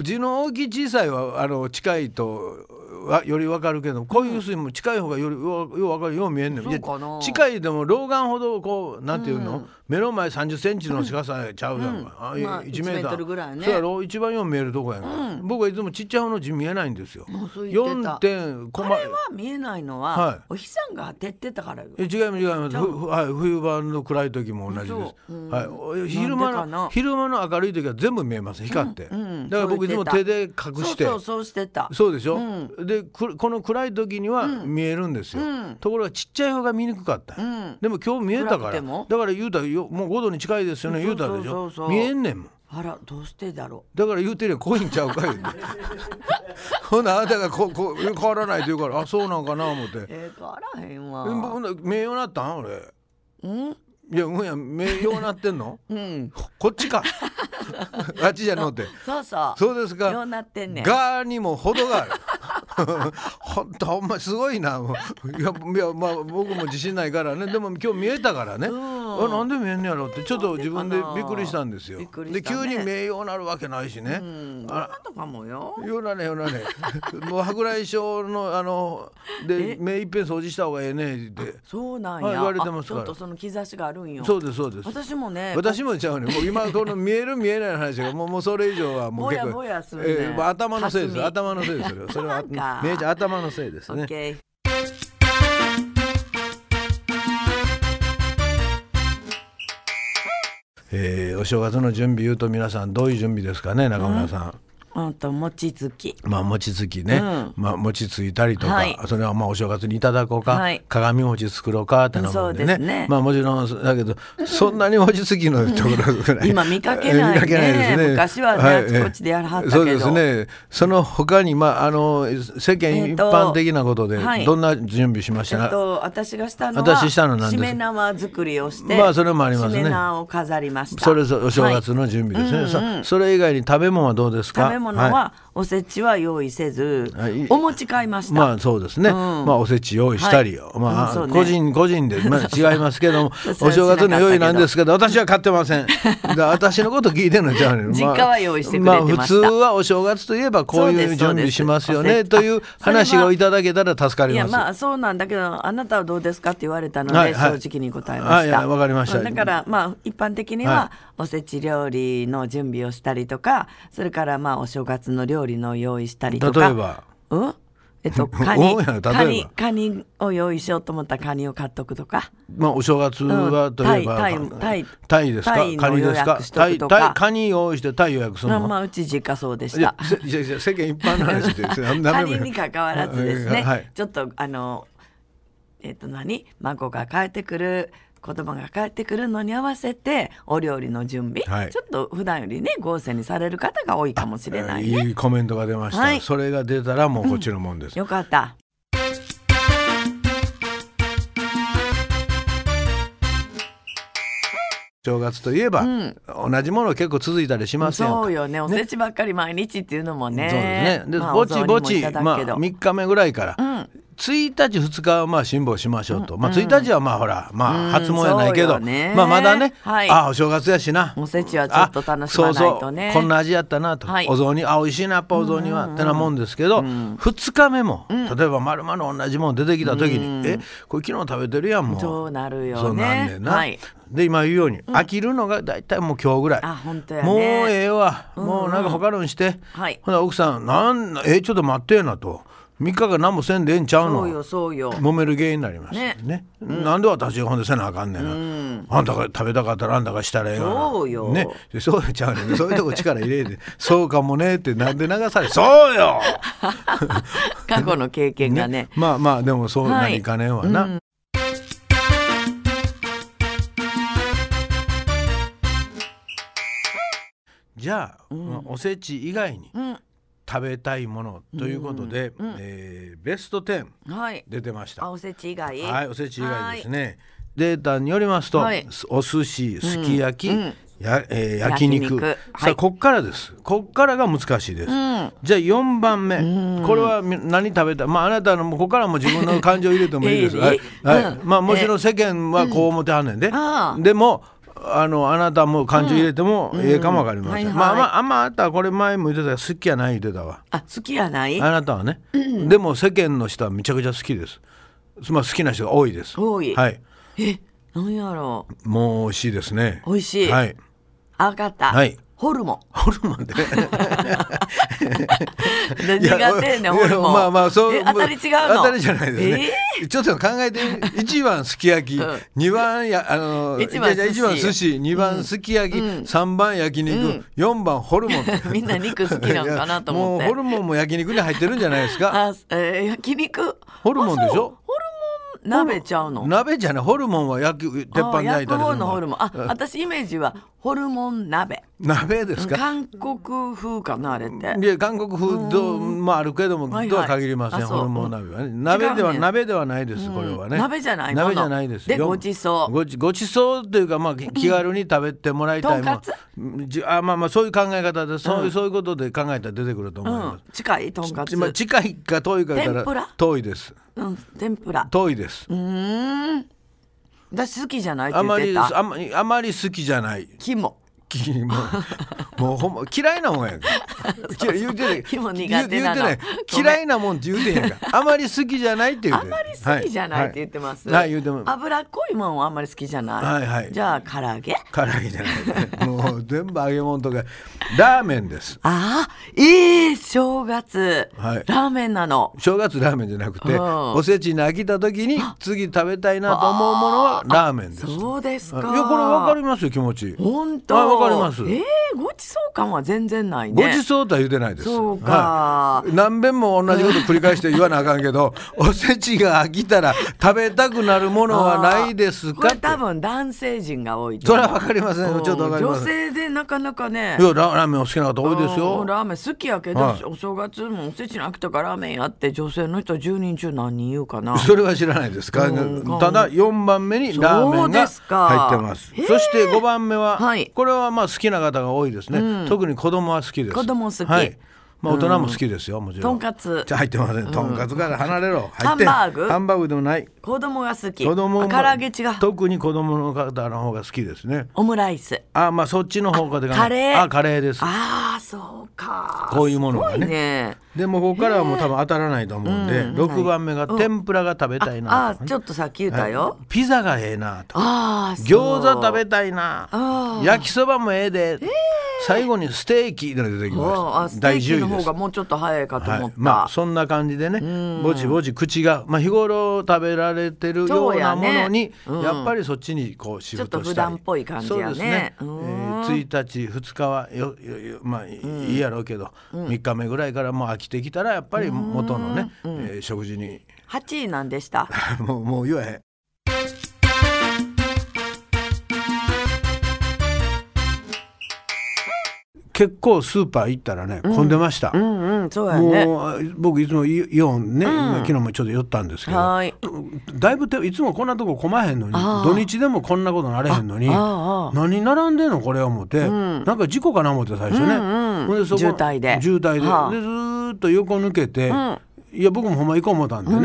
Speaker 4: 字の大きい小さいはあの近いとはよりわかるけどこういう薄いも近い方がよりようようわかるよう見えんねん
Speaker 3: そうかない
Speaker 4: や近いでも老眼ほどこうなんていうの、目の前3 0センチの近さちゃうやんか、
Speaker 3: まあ
Speaker 4: 一
Speaker 3: 1メートルぐらいね
Speaker 4: そうやろ一番よう見えるとこやんか、僕はいつもちっちゃい方の字見えないんですよ
Speaker 3: もうそう言ってた
Speaker 4: 4点こ
Speaker 3: こ
Speaker 4: ま
Speaker 3: れは見えないのは、
Speaker 4: はい
Speaker 3: お日さんが当てってたからよ
Speaker 4: え違います違いますふふはい冬場の暗い時も同じです
Speaker 3: 嘘、
Speaker 4: はいお、昼
Speaker 3: なんでか
Speaker 4: 間
Speaker 3: な
Speaker 4: の昼間の明るい時は全部見えます光って、
Speaker 3: うん
Speaker 4: だから僕いつも手で隠して
Speaker 3: そうそうそうしてた
Speaker 4: そうでしょ、でくこの暗い時には見えるんですよ、
Speaker 3: うん
Speaker 4: ところがちっちゃい方が見にくかった、
Speaker 3: ん
Speaker 4: でも今日見えたか
Speaker 3: 暗くて
Speaker 4: らだ
Speaker 3: も
Speaker 4: から言うたらよもう5度に近いですよね
Speaker 3: そ
Speaker 4: 言
Speaker 3: う
Speaker 4: う
Speaker 3: そ
Speaker 4: た
Speaker 3: うそう
Speaker 4: でしょ
Speaker 3: そう
Speaker 4: 見えんねんもん
Speaker 3: あらどうしてだろ
Speaker 4: だから言うてるよ濃いんちゃうか言う てほなあなたがこうこう変わらないと言うからあそうなんかな思って
Speaker 3: うええとあらへん
Speaker 4: え
Speaker 3: わ
Speaker 4: ほんなら名誉なったん俺
Speaker 3: うん
Speaker 4: いやうんや名誉なってんの
Speaker 3: うん
Speaker 4: こっちか あっちじゃのうて
Speaker 3: そうそう
Speaker 4: そうです
Speaker 3: よう
Speaker 4: か
Speaker 3: なってんねん
Speaker 4: ガーにも程がある 本当ほんますごいなもういやいやまあ僕も自信ないからねでも今日見えたからね、あなんで見えんねやろってちょっと自分でびっくりしたんですよ
Speaker 3: びっくり
Speaker 4: で
Speaker 3: した
Speaker 4: 急
Speaker 3: ね
Speaker 4: に名誉なるわけないしね、あら
Speaker 3: なんとかもよ。
Speaker 4: よらねよらね もう白内障のあので目いっぺん掃除した方がええねって
Speaker 3: そうな
Speaker 4: は
Speaker 3: ん
Speaker 4: い
Speaker 3: や。
Speaker 4: 言われてます
Speaker 3: あ
Speaker 4: から
Speaker 3: ちょっとその兆しがあるんよ。
Speaker 4: そうですそうです
Speaker 3: 私もね。
Speaker 4: 私もちゃうねもう今この見える見えないの話がもうもうそれ以上はもう結構
Speaker 3: ぼやぼやするね
Speaker 4: ええもう頭のせいです
Speaker 3: 霞
Speaker 4: 頭のせいですよそれは
Speaker 3: なんか
Speaker 4: めいちゃん頭のせいです
Speaker 3: オ
Speaker 4: ね
Speaker 3: ッケー。
Speaker 4: えーお正月の準備言うと皆さんどういう準備ですかね中村さん、
Speaker 3: あんた餅つき。
Speaker 4: まあ餅つきね、
Speaker 3: うん
Speaker 4: まあ餅ついたりとか、
Speaker 3: はい
Speaker 4: それはまあお正月にいただこうか、
Speaker 3: はい
Speaker 4: 鏡餅作ろうかってなもんで
Speaker 3: そうで
Speaker 4: ね
Speaker 3: すね
Speaker 4: まあもちろんそだけどそんなに餅つきのところぐらい
Speaker 3: 今見かけないね
Speaker 4: 見かけないですね
Speaker 3: 昔はね
Speaker 4: い
Speaker 3: あちこちでやらはったけど
Speaker 4: そうですねその他にまああの世間
Speaker 3: えっ
Speaker 4: 一
Speaker 3: と
Speaker 4: 般的なことで
Speaker 3: はい
Speaker 4: どんな準備しました
Speaker 3: え
Speaker 4: か、
Speaker 3: っと、私がしたのは
Speaker 4: 私したのなんです
Speaker 3: しめ縄作りをして、
Speaker 4: まあそれもありますね
Speaker 3: しめ縄を飾りました
Speaker 4: それぞれお正月の準備ですね、そそれ以外に食べ物はどうですか
Speaker 3: 食べ物は、
Speaker 4: い
Speaker 3: おせちは用意せず、
Speaker 4: はい
Speaker 3: お餅買いました、
Speaker 4: まあそうですね、まあおせち用意したり、
Speaker 3: はい
Speaker 4: ま
Speaker 3: うん
Speaker 4: あ、
Speaker 3: そうね
Speaker 4: 個人個人で、まあ、違いますけ ども
Speaker 3: 私は
Speaker 4: お
Speaker 3: し
Speaker 4: 正
Speaker 3: なかっ
Speaker 4: 月
Speaker 3: たけど
Speaker 4: の用意なんですけど私は買ってま せんだから私のこと聞いてんのちゃうねん、まあ、
Speaker 3: 実家は用意してくれてました
Speaker 4: あ、普通はお正月といえばこう
Speaker 3: そう
Speaker 4: い
Speaker 3: で
Speaker 4: う
Speaker 3: すそう
Speaker 4: 準備
Speaker 3: です
Speaker 4: しますよ
Speaker 3: おせ
Speaker 4: ね
Speaker 3: ち
Speaker 4: という話
Speaker 3: それは
Speaker 4: をいただけたら助かり
Speaker 3: いや
Speaker 4: ます。
Speaker 3: まあそうなんだけどあなたはどうですかって言われたので、
Speaker 4: はいはい
Speaker 3: 正直に答えま
Speaker 4: は
Speaker 3: し
Speaker 4: い
Speaker 3: た
Speaker 4: はいわかりました
Speaker 3: だからまあ一般的には、
Speaker 4: は
Speaker 3: おせち料理の準備をしたりとかそれからまあお正月の料理の用意したりとか
Speaker 4: 例えば
Speaker 3: うんえっと、カ ニ
Speaker 4: おうや例えば
Speaker 3: カニカニを用意しようと思ったらカニを買っとくとか
Speaker 4: まあお正月はといえば、
Speaker 3: タイタイ
Speaker 4: タイですか
Speaker 3: タイの
Speaker 4: カニです
Speaker 3: 予約
Speaker 4: か
Speaker 3: しと
Speaker 4: タ
Speaker 3: く
Speaker 4: イ
Speaker 3: とか
Speaker 4: タイカニ用意してタイ予約する
Speaker 3: まあ
Speaker 4: の、
Speaker 3: まあうち実家そうでし
Speaker 4: いや
Speaker 3: た。
Speaker 4: せいやいや世間一般の 話で
Speaker 3: 他
Speaker 4: 他
Speaker 3: 人に関わらずですね、
Speaker 4: はい、
Speaker 3: ちょっとあのえっ、と何孫が帰ってくる子供が帰ってくるのに合わせてお料理の準備、
Speaker 4: はい
Speaker 3: ちょっと普段よりね豪勢にされる方が多いかもしれないね。
Speaker 4: いいコメントが出ました、
Speaker 3: はい
Speaker 4: それが出たらもうこっちのもんです、
Speaker 3: よかった。
Speaker 4: 正月といえば、同じもの結構続いたりしませんか
Speaker 3: そうよねおせちばっかり毎日っていうのもね。
Speaker 4: そうですねで、
Speaker 3: まあ
Speaker 4: ぼちぼち、ま
Speaker 3: お雑煮もいただくけ
Speaker 4: あ、
Speaker 3: ど
Speaker 4: 3日目ぐらいから、1日2日はまあ辛抱しましょうと、まあ、1日はまあほら、まあ、初詣やないけ
Speaker 3: そうよ
Speaker 4: ど、
Speaker 3: ね
Speaker 4: まあ、まだね、
Speaker 3: はい
Speaker 4: ああお正月やしな
Speaker 3: おせちはちょっと楽しまないとね
Speaker 4: あそうそうこんな味やったなと、
Speaker 3: はい
Speaker 4: お雑煮あ美味しいなやっぱお雑煮は、ってなもんですけど、2日目も、例えば丸々同じもの出てきた時に、えこれ昨日食べてるやんもう
Speaker 3: そうなるよね。
Speaker 4: そうなんねんな、
Speaker 3: はい。
Speaker 4: で今言うように、飽きるのが大体もう今日ぐらい
Speaker 3: あ本当やね
Speaker 4: もうええわ、もうなんか他のにして、
Speaker 3: はい
Speaker 4: ほな奥さんなんえちょっと待ってよなと3日間何もせんでええんちゃう
Speaker 3: そ
Speaker 4: の
Speaker 3: うよそうよ。
Speaker 4: 揉める原因になります
Speaker 3: ね
Speaker 4: ねなんで私がほんでせなあかんねんな、あんたが食べたかったらあんたがしたらええがな
Speaker 3: そうよ
Speaker 4: ねでそうちゃうねんそういうとこ力入れて そうかもねってなんで流されそうよ
Speaker 3: 過去の経験がね
Speaker 4: まあまあでもそう
Speaker 3: はい
Speaker 4: 何かねんわな、じゃあ、まあおせち以外に
Speaker 3: ん
Speaker 4: 食べたいものということで、えーベスト10
Speaker 3: はい。
Speaker 4: 出てました
Speaker 3: あおせち以外。
Speaker 4: はい、おせち以外ですね。データによりますと、
Speaker 3: はい
Speaker 4: すお寿司、すき焼き、やえー
Speaker 3: 焼
Speaker 4: 焼
Speaker 3: 肉
Speaker 4: 肉。
Speaker 3: はい
Speaker 4: さあ、こっからです。こっからが難しいです。じゃあ、四番目、これはみ何食べた、まあ、あなたのもうここからも自分の感情を入れてもいいです
Speaker 3: 。いい
Speaker 4: はい、はい
Speaker 3: うん
Speaker 4: まあ、もちろん世間はこう思ってはんねんで、
Speaker 3: ああ
Speaker 4: でも。あのあなたも感情入れてもええかもわかりません、
Speaker 3: うんはいはい
Speaker 4: まあまああんまあなたはこれ前も言ってたけど好きやない言ってたわ
Speaker 3: あ好きやない。
Speaker 4: あなたはね、でも世間の人はめちゃくちゃ好きです。まあ好きな人が多いです。
Speaker 3: 多い
Speaker 4: はい。
Speaker 3: え、なんやろう。
Speaker 4: もう美味しいですね。
Speaker 3: 美味しい
Speaker 4: はい。
Speaker 3: あわかった。
Speaker 4: はい
Speaker 3: ホルモン。
Speaker 4: ホルモンで。
Speaker 3: で苦手やねん、ホルモン。
Speaker 4: いやまあまあそう
Speaker 3: え当たり違うの。
Speaker 4: 当たりじゃないですね。ちょっと考えて一番すき焼き、二、番やあの
Speaker 3: 一番
Speaker 4: いやいや
Speaker 3: 寿
Speaker 4: 一
Speaker 3: 司
Speaker 4: 番寿司、二番すき焼き、三、番焼肉、四、番ホルモン
Speaker 3: え。ー みんな肉好きなんかなと思
Speaker 4: い
Speaker 3: って。
Speaker 4: やもうホルモンも焼肉に入ってるんじゃないですか。
Speaker 3: あ、えー焼肉。
Speaker 4: ホルモンでしょ
Speaker 3: あそうホルモン鍋ちゃうの。
Speaker 4: 鍋じゃないホルモンは焼く鉄板で焼いたりする
Speaker 3: あ焼く方のホルモン。あ、私イメージはホルモン鍋
Speaker 4: 鍋ですか
Speaker 3: 韓国風かなあれって
Speaker 4: いや韓国風どもあるけども
Speaker 3: はいはい
Speaker 4: とは限りません、
Speaker 3: あそう
Speaker 4: ホルモン鍋はね鍋で
Speaker 3: 違う
Speaker 4: は
Speaker 3: ね
Speaker 4: 鍋ではないですこれはね、
Speaker 3: うん鍋じゃないもの
Speaker 4: 鍋じゃないです
Speaker 3: で
Speaker 4: よ
Speaker 3: ごちそう
Speaker 4: ごちごちそうというかまあき気軽に食べてもらいたいも
Speaker 3: とんかつ
Speaker 4: んじあまあまあそういう考え方でそう,、そういうことで考えたら出てくると思いうま
Speaker 3: ん近いとんか
Speaker 4: す、
Speaker 3: つ
Speaker 4: まあ近いか遠いか言
Speaker 3: 天
Speaker 4: った
Speaker 3: ぷら
Speaker 4: ら遠いです
Speaker 3: うん天ぷら
Speaker 4: 遠いです、
Speaker 3: 私好きじゃないって
Speaker 4: あ
Speaker 3: 言っ
Speaker 4: ま
Speaker 3: て
Speaker 4: り
Speaker 3: た
Speaker 4: あまりあまり好きじゃない
Speaker 3: 肝
Speaker 4: きも うもうほんま嫌いなもんやんか嫌い言うてない
Speaker 3: きも苦
Speaker 4: 言う
Speaker 3: 手なの
Speaker 4: 言うてない嫌いなもんって言うてんやんかあまり好きじゃないって言う
Speaker 3: あ
Speaker 4: て
Speaker 3: ん
Speaker 4: る
Speaker 3: まり好きじゃないって言ってます、
Speaker 4: はい、はい言うても
Speaker 3: 脂っこいもんはあんまり好きじゃない、
Speaker 4: はいはい
Speaker 3: じゃあ唐揚げ
Speaker 4: 辛いじゃないもう全部揚げ物とかラーメンです
Speaker 3: ああいい正月、
Speaker 4: はい
Speaker 3: ラーメンなの
Speaker 4: 正月ラーメンじゃなくて
Speaker 3: うん
Speaker 4: おせちに飽きた時に次食べたいなと思うものはラーメンですはい
Speaker 3: そうです
Speaker 4: い
Speaker 3: か
Speaker 4: やこれわかりますよ気持ち
Speaker 3: 本当
Speaker 4: はいわかります
Speaker 3: えー、ごちそう感は全然ないね
Speaker 4: ごち
Speaker 3: そ
Speaker 4: そうとは言うてないです。
Speaker 3: うか
Speaker 4: はい、何遍も同じこと繰り返して言わなあかんけ ど、おせちが飽きたら食べたくなるものはないです
Speaker 3: こ
Speaker 4: かっ
Speaker 3: れ
Speaker 4: て。
Speaker 3: 多分男性陣が多いと
Speaker 4: それ
Speaker 3: 思う
Speaker 4: はわかりません。ちょっとわかりま
Speaker 3: 女
Speaker 4: せん。いや
Speaker 3: 性でなかなかね
Speaker 4: ララーメンお好きな方多いです
Speaker 3: うん
Speaker 4: よ。
Speaker 3: ラーメン好きやけど、
Speaker 4: はい
Speaker 3: お正月もおせちなくたからラーメンやって女性の人10人中何人言うかな
Speaker 4: それは知らないですか
Speaker 3: うん。
Speaker 4: ただ4番目にラーメ
Speaker 3: そう
Speaker 4: ン
Speaker 3: で
Speaker 4: が
Speaker 3: すか
Speaker 4: 入ってます。そして5番目は、
Speaker 3: はい
Speaker 4: これはまあ好きな方が多いですね。特に子供は好きです。
Speaker 3: 子供好き
Speaker 4: はい。まあ大人も好きですよ、もちろん。
Speaker 3: とんかつ
Speaker 4: じゃあ入ってません。とんかつから離れろ。入ってん
Speaker 3: ハンバーグ
Speaker 4: ハンバーグでもない。
Speaker 3: 子供が好き
Speaker 4: 子供も
Speaker 3: あ唐揚げ違う
Speaker 4: 特に子供の方の方が好きですね
Speaker 3: オムライス
Speaker 4: あまあそっちの方がでか
Speaker 3: あカレー
Speaker 4: あカレーです
Speaker 3: ああそうか
Speaker 4: こういうものがね
Speaker 3: すごいね
Speaker 4: でもここからはもう多分当たらないと思うんで、
Speaker 3: うん
Speaker 4: 六番目が天ぷらが食べたい
Speaker 3: あ
Speaker 4: な
Speaker 3: あ
Speaker 4: とかね、
Speaker 3: ーちょっとさっき言ったよ、
Speaker 4: ピザがええなとか
Speaker 3: ああ
Speaker 4: 餃子食べ
Speaker 3: て
Speaker 4: たいな
Speaker 3: あー
Speaker 4: 焼きそばもええで、最後にステーキが出てき
Speaker 3: あ
Speaker 4: ま
Speaker 3: あ
Speaker 4: し
Speaker 3: ス
Speaker 4: た
Speaker 3: テ
Speaker 4: 第
Speaker 3: ーキ
Speaker 4: 10
Speaker 3: の
Speaker 4: 位で
Speaker 3: 方
Speaker 4: す
Speaker 3: がもうちょっと早いかと
Speaker 4: は
Speaker 3: 思っ
Speaker 4: い
Speaker 3: た、、
Speaker 4: まあそんな感じでねぼちぼち口が、まあ、日頃食べられてるような
Speaker 3: そう
Speaker 4: も
Speaker 3: やね
Speaker 4: のにや,、
Speaker 3: うん
Speaker 4: っぱりそっちにこうシフトしたり
Speaker 3: ちょっと普段っぽい感じやね
Speaker 4: そうですね、え
Speaker 3: うん
Speaker 4: ー1日2日はよよよまあ、いいいやろうけど、3日目ぐらいからもう飽きてきたらやっぱり元のね、えー食事に
Speaker 3: 8位なんでした
Speaker 4: もうもう言わへん結構スーパー行ったらね混んでました、
Speaker 3: うんうんそうやね
Speaker 4: もう僕いつもイイオンね、昨日もちょっと寄ったんですけど
Speaker 3: はーい
Speaker 4: だいぶていつもこんなとこ来まへんのに
Speaker 3: あー
Speaker 4: 土日でもこんなことなれへんのに
Speaker 3: あああ
Speaker 4: 何並んでんのこれ思って、なんか事故かな思って最初ね、
Speaker 3: うんうん
Speaker 4: ほんそこ
Speaker 3: 渋滞で
Speaker 4: 渋滞で,、
Speaker 3: はあ
Speaker 4: でずーっと横抜けて、いや僕もほんま行こう思ったんで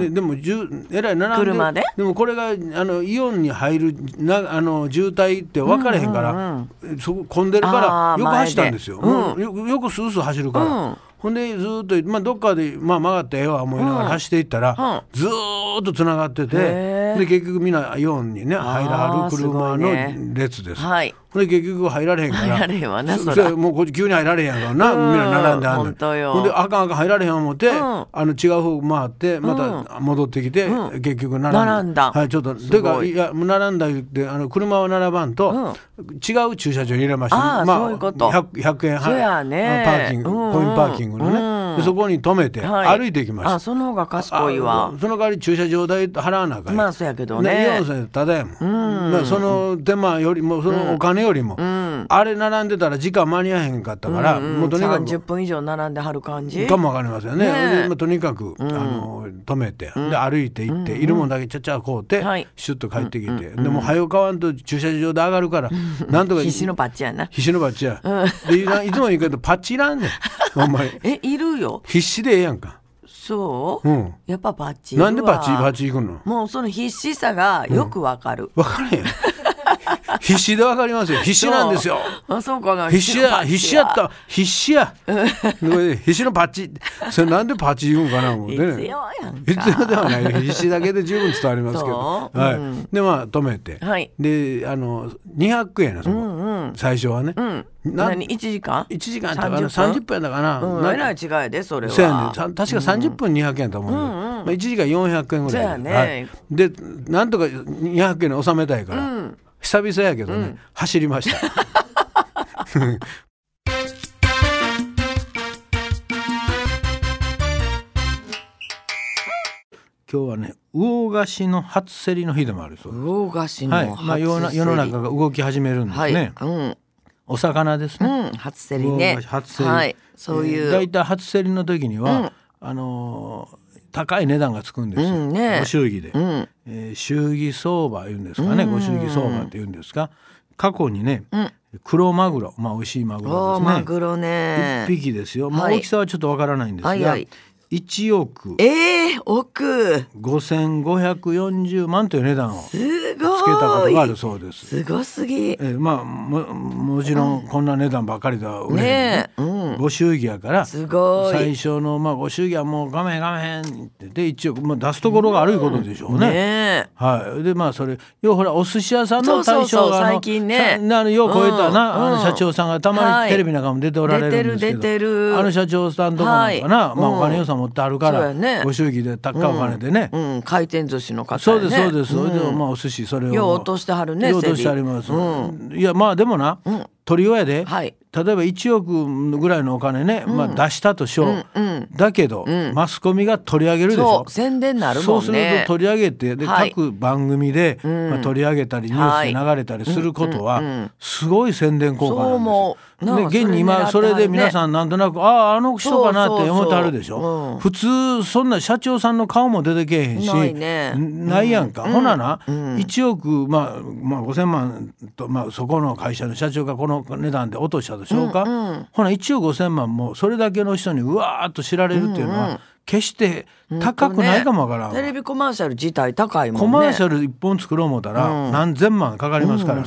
Speaker 4: ね、ででもじゅえらい並んで
Speaker 3: 車で
Speaker 4: もこれがあのイオンに入るなあの渋滞って分かれへんから、そこ混んでるか
Speaker 3: あ
Speaker 4: ら
Speaker 3: ー
Speaker 4: よく走ったんですよ。
Speaker 3: 前でうん
Speaker 4: もうよくよくスースー走るから、
Speaker 3: うん
Speaker 4: ほんでずーっと、まあ、どっかで、まあ、曲がってええわ思いながら走っていったら、ずーっとつながってて
Speaker 3: へー
Speaker 4: で結局みんなイオンにね入ら
Speaker 3: あー
Speaker 4: はる
Speaker 3: すご
Speaker 4: 車
Speaker 3: い
Speaker 4: の
Speaker 3: ね
Speaker 4: 列です。
Speaker 3: はい
Speaker 4: ほんで結局入られへんから
Speaker 3: 入られへんわな
Speaker 4: そ
Speaker 3: そら
Speaker 4: それもうこっち急に入られへんやからな
Speaker 3: うん
Speaker 4: みんな並んであん
Speaker 3: ほんとよ
Speaker 4: ほんであかんあかん入られへん思って、
Speaker 3: ん
Speaker 4: あの違う方回ってまた戻ってきて、結局並んだ
Speaker 3: 並んだ
Speaker 4: はいちょっと
Speaker 3: ごい
Speaker 4: てかいやもう並んだ言ってあの車は並ばんと、違う駐車場に入れました
Speaker 3: あーそういうこと
Speaker 4: 100, 100円は
Speaker 3: そうやね
Speaker 4: パーキング、
Speaker 3: うんうん
Speaker 4: コインパーキングのね、でそこに止めて
Speaker 3: はい
Speaker 4: 歩いていきました、
Speaker 3: あその方が賢い
Speaker 4: あ
Speaker 3: わ
Speaker 4: その代わり駐車場代払わなあかん
Speaker 3: まあそうやけどね
Speaker 4: イオンさんただやもん、まあ、その手間よりもそのお金よりも、あれ並んでたら時間間に合わへんかったから、もうとにか
Speaker 3: 30
Speaker 4: く
Speaker 3: 分以上並んではる感じ
Speaker 4: かもわかりますよね
Speaker 3: ねえ
Speaker 4: でまあとにかく、あの止めて、で歩いて行って、いるもんだけちゃちゃこうて、
Speaker 3: はい
Speaker 4: シュッと帰ってきて、でもう早う買わんと駐車場で上がるから、なんとか
Speaker 3: 必死のパッチやな
Speaker 4: 必死のバッチや、でいらんいつも言うけどパッチいらんねんほんまに
Speaker 3: えいるよ
Speaker 4: 必死でええやんか、
Speaker 3: そう、
Speaker 4: うん、
Speaker 3: やっぱパッチいるわ
Speaker 4: なんでパッチパッチ行くの
Speaker 3: もうその必死さがよくわかる、
Speaker 4: 分からへん必死で分かりますよ必死なんですよ
Speaker 3: あそうかな
Speaker 4: 必死
Speaker 3: のパッ
Speaker 4: や
Speaker 3: チ
Speaker 4: 必死やった必死やこれ必死のパッチそれなんでパッチ言うんかなもう
Speaker 3: 必
Speaker 4: ね
Speaker 3: 要やんか
Speaker 4: 必要ではない必死だけで十分伝わりますけど、
Speaker 3: そう
Speaker 4: はい
Speaker 3: うん
Speaker 4: でまあ止めて、
Speaker 3: はい
Speaker 4: であの200円やなその、最初はね、な
Speaker 3: 何一時間
Speaker 4: 1時間とかな
Speaker 3: 30
Speaker 4: 30分やったかな,な、
Speaker 3: うんえらい違いでそれは
Speaker 4: そうやねんさ確か30分200円だと思うねんまあ、1時間400円ぐらいで
Speaker 3: そうやね
Speaker 4: はい、でなんとか200円に収めたいから、久々やけどね、走りました今日はね魚菓子の初競りの日でもあるそうです
Speaker 3: 魚菓子
Speaker 4: は
Speaker 3: の
Speaker 4: い
Speaker 3: 初競り、
Speaker 4: まあ、世の世の中が動き始めるんですね、
Speaker 3: はい、うん
Speaker 4: お魚です
Speaker 3: う
Speaker 4: ね、
Speaker 3: ん初競りね
Speaker 4: 魚菓子初競り、
Speaker 3: はいそういう、
Speaker 4: えー大体初競りの時には、
Speaker 3: うん
Speaker 4: あのー高い値段がつくんですよ、
Speaker 3: うんね
Speaker 4: ご祝儀で、
Speaker 3: うん
Speaker 4: えー祝儀相場言うんですかね、ご祝儀相場って言うんですか過去にね、
Speaker 3: ん
Speaker 4: 黒マグロまあ美味しいマグロ
Speaker 3: おー
Speaker 4: ですね
Speaker 3: マグロね
Speaker 4: 一匹ですよ、まあ、
Speaker 3: はい
Speaker 4: 大きさはちょっとわからないんですが、
Speaker 3: はいはい
Speaker 4: 一億
Speaker 3: ええー、奥
Speaker 4: 5540万という値段をつけた
Speaker 3: すごい
Speaker 4: ことがあるそうです。
Speaker 3: すごすぎ
Speaker 4: えーまあももちろんこんな値段ばかりでは売れへん
Speaker 3: ねえうん
Speaker 4: ご祝儀やから
Speaker 3: すごい
Speaker 4: 最初の、まあ、ご祝儀はもう我慢我慢ってで一億、まあ、出すところがあるいうことでしょうね。
Speaker 3: ねえ
Speaker 4: はい、でまあそれ要はほらお寿司屋さんの
Speaker 3: そうそう
Speaker 4: 大
Speaker 3: そ
Speaker 4: 将
Speaker 3: う
Speaker 4: があの
Speaker 3: 最近ね
Speaker 4: さなるよう超えたな、
Speaker 3: うん
Speaker 4: あの社長さんがたま
Speaker 3: はい
Speaker 4: にテレビなんかも出ておられるんですけど、
Speaker 3: 出てる出てる
Speaker 4: あの社長さんとかなんかな、
Speaker 3: はい
Speaker 4: まあ、
Speaker 3: うん
Speaker 4: お金予算持ってあるか
Speaker 3: そう
Speaker 4: ら、
Speaker 3: やね
Speaker 4: ご祝儀で高いお金でね、
Speaker 3: うん回転寿司の方、ね、
Speaker 4: そうですそうです、それで
Speaker 3: うん
Speaker 4: まあお寿司それを
Speaker 3: よう落としてはるね
Speaker 4: よう落としてあります、いやまあでもな、
Speaker 3: ん
Speaker 4: 取り親で、
Speaker 3: はい
Speaker 4: 例えば1億ぐらいのお金ね、まあ、出したとしよう、
Speaker 3: うんうん
Speaker 4: だけど、
Speaker 3: ん
Speaker 4: マスコミが取り上げるでしょ
Speaker 3: そう宣伝になる
Speaker 4: そ
Speaker 3: も
Speaker 4: うんする
Speaker 3: ね
Speaker 4: と取り上げてで、
Speaker 3: はい
Speaker 4: 各番組で、まあ、取り上げたりニュースで流れたりすることは、すごい宣伝効果
Speaker 3: そう思うな
Speaker 4: なん
Speaker 3: あ
Speaker 4: ですよ。で現に今
Speaker 3: そ
Speaker 4: そ
Speaker 3: れ狙ってはるね
Speaker 4: れで皆さんなんとなく、あああの人かなって思ってあるでしょ
Speaker 3: そうそうそううん
Speaker 4: 普通そんな社長さんの顔も出てけえへんし
Speaker 3: ないね
Speaker 4: ないやんか、ほなな、1億、まあまあ、5,000万と、まあ、そこの会社の社長がこの値段で落としたでしょうか、ほな1億5,000万もそれだけの人にうわーっと知られるっていうのは、決して高くないかもわからんわ、
Speaker 3: テレビコマーシャル自体高いもんね
Speaker 4: コマーシ
Speaker 3: ャ
Speaker 4: ャル一本作ろう思ったら何千万かかりますからね、
Speaker 3: うん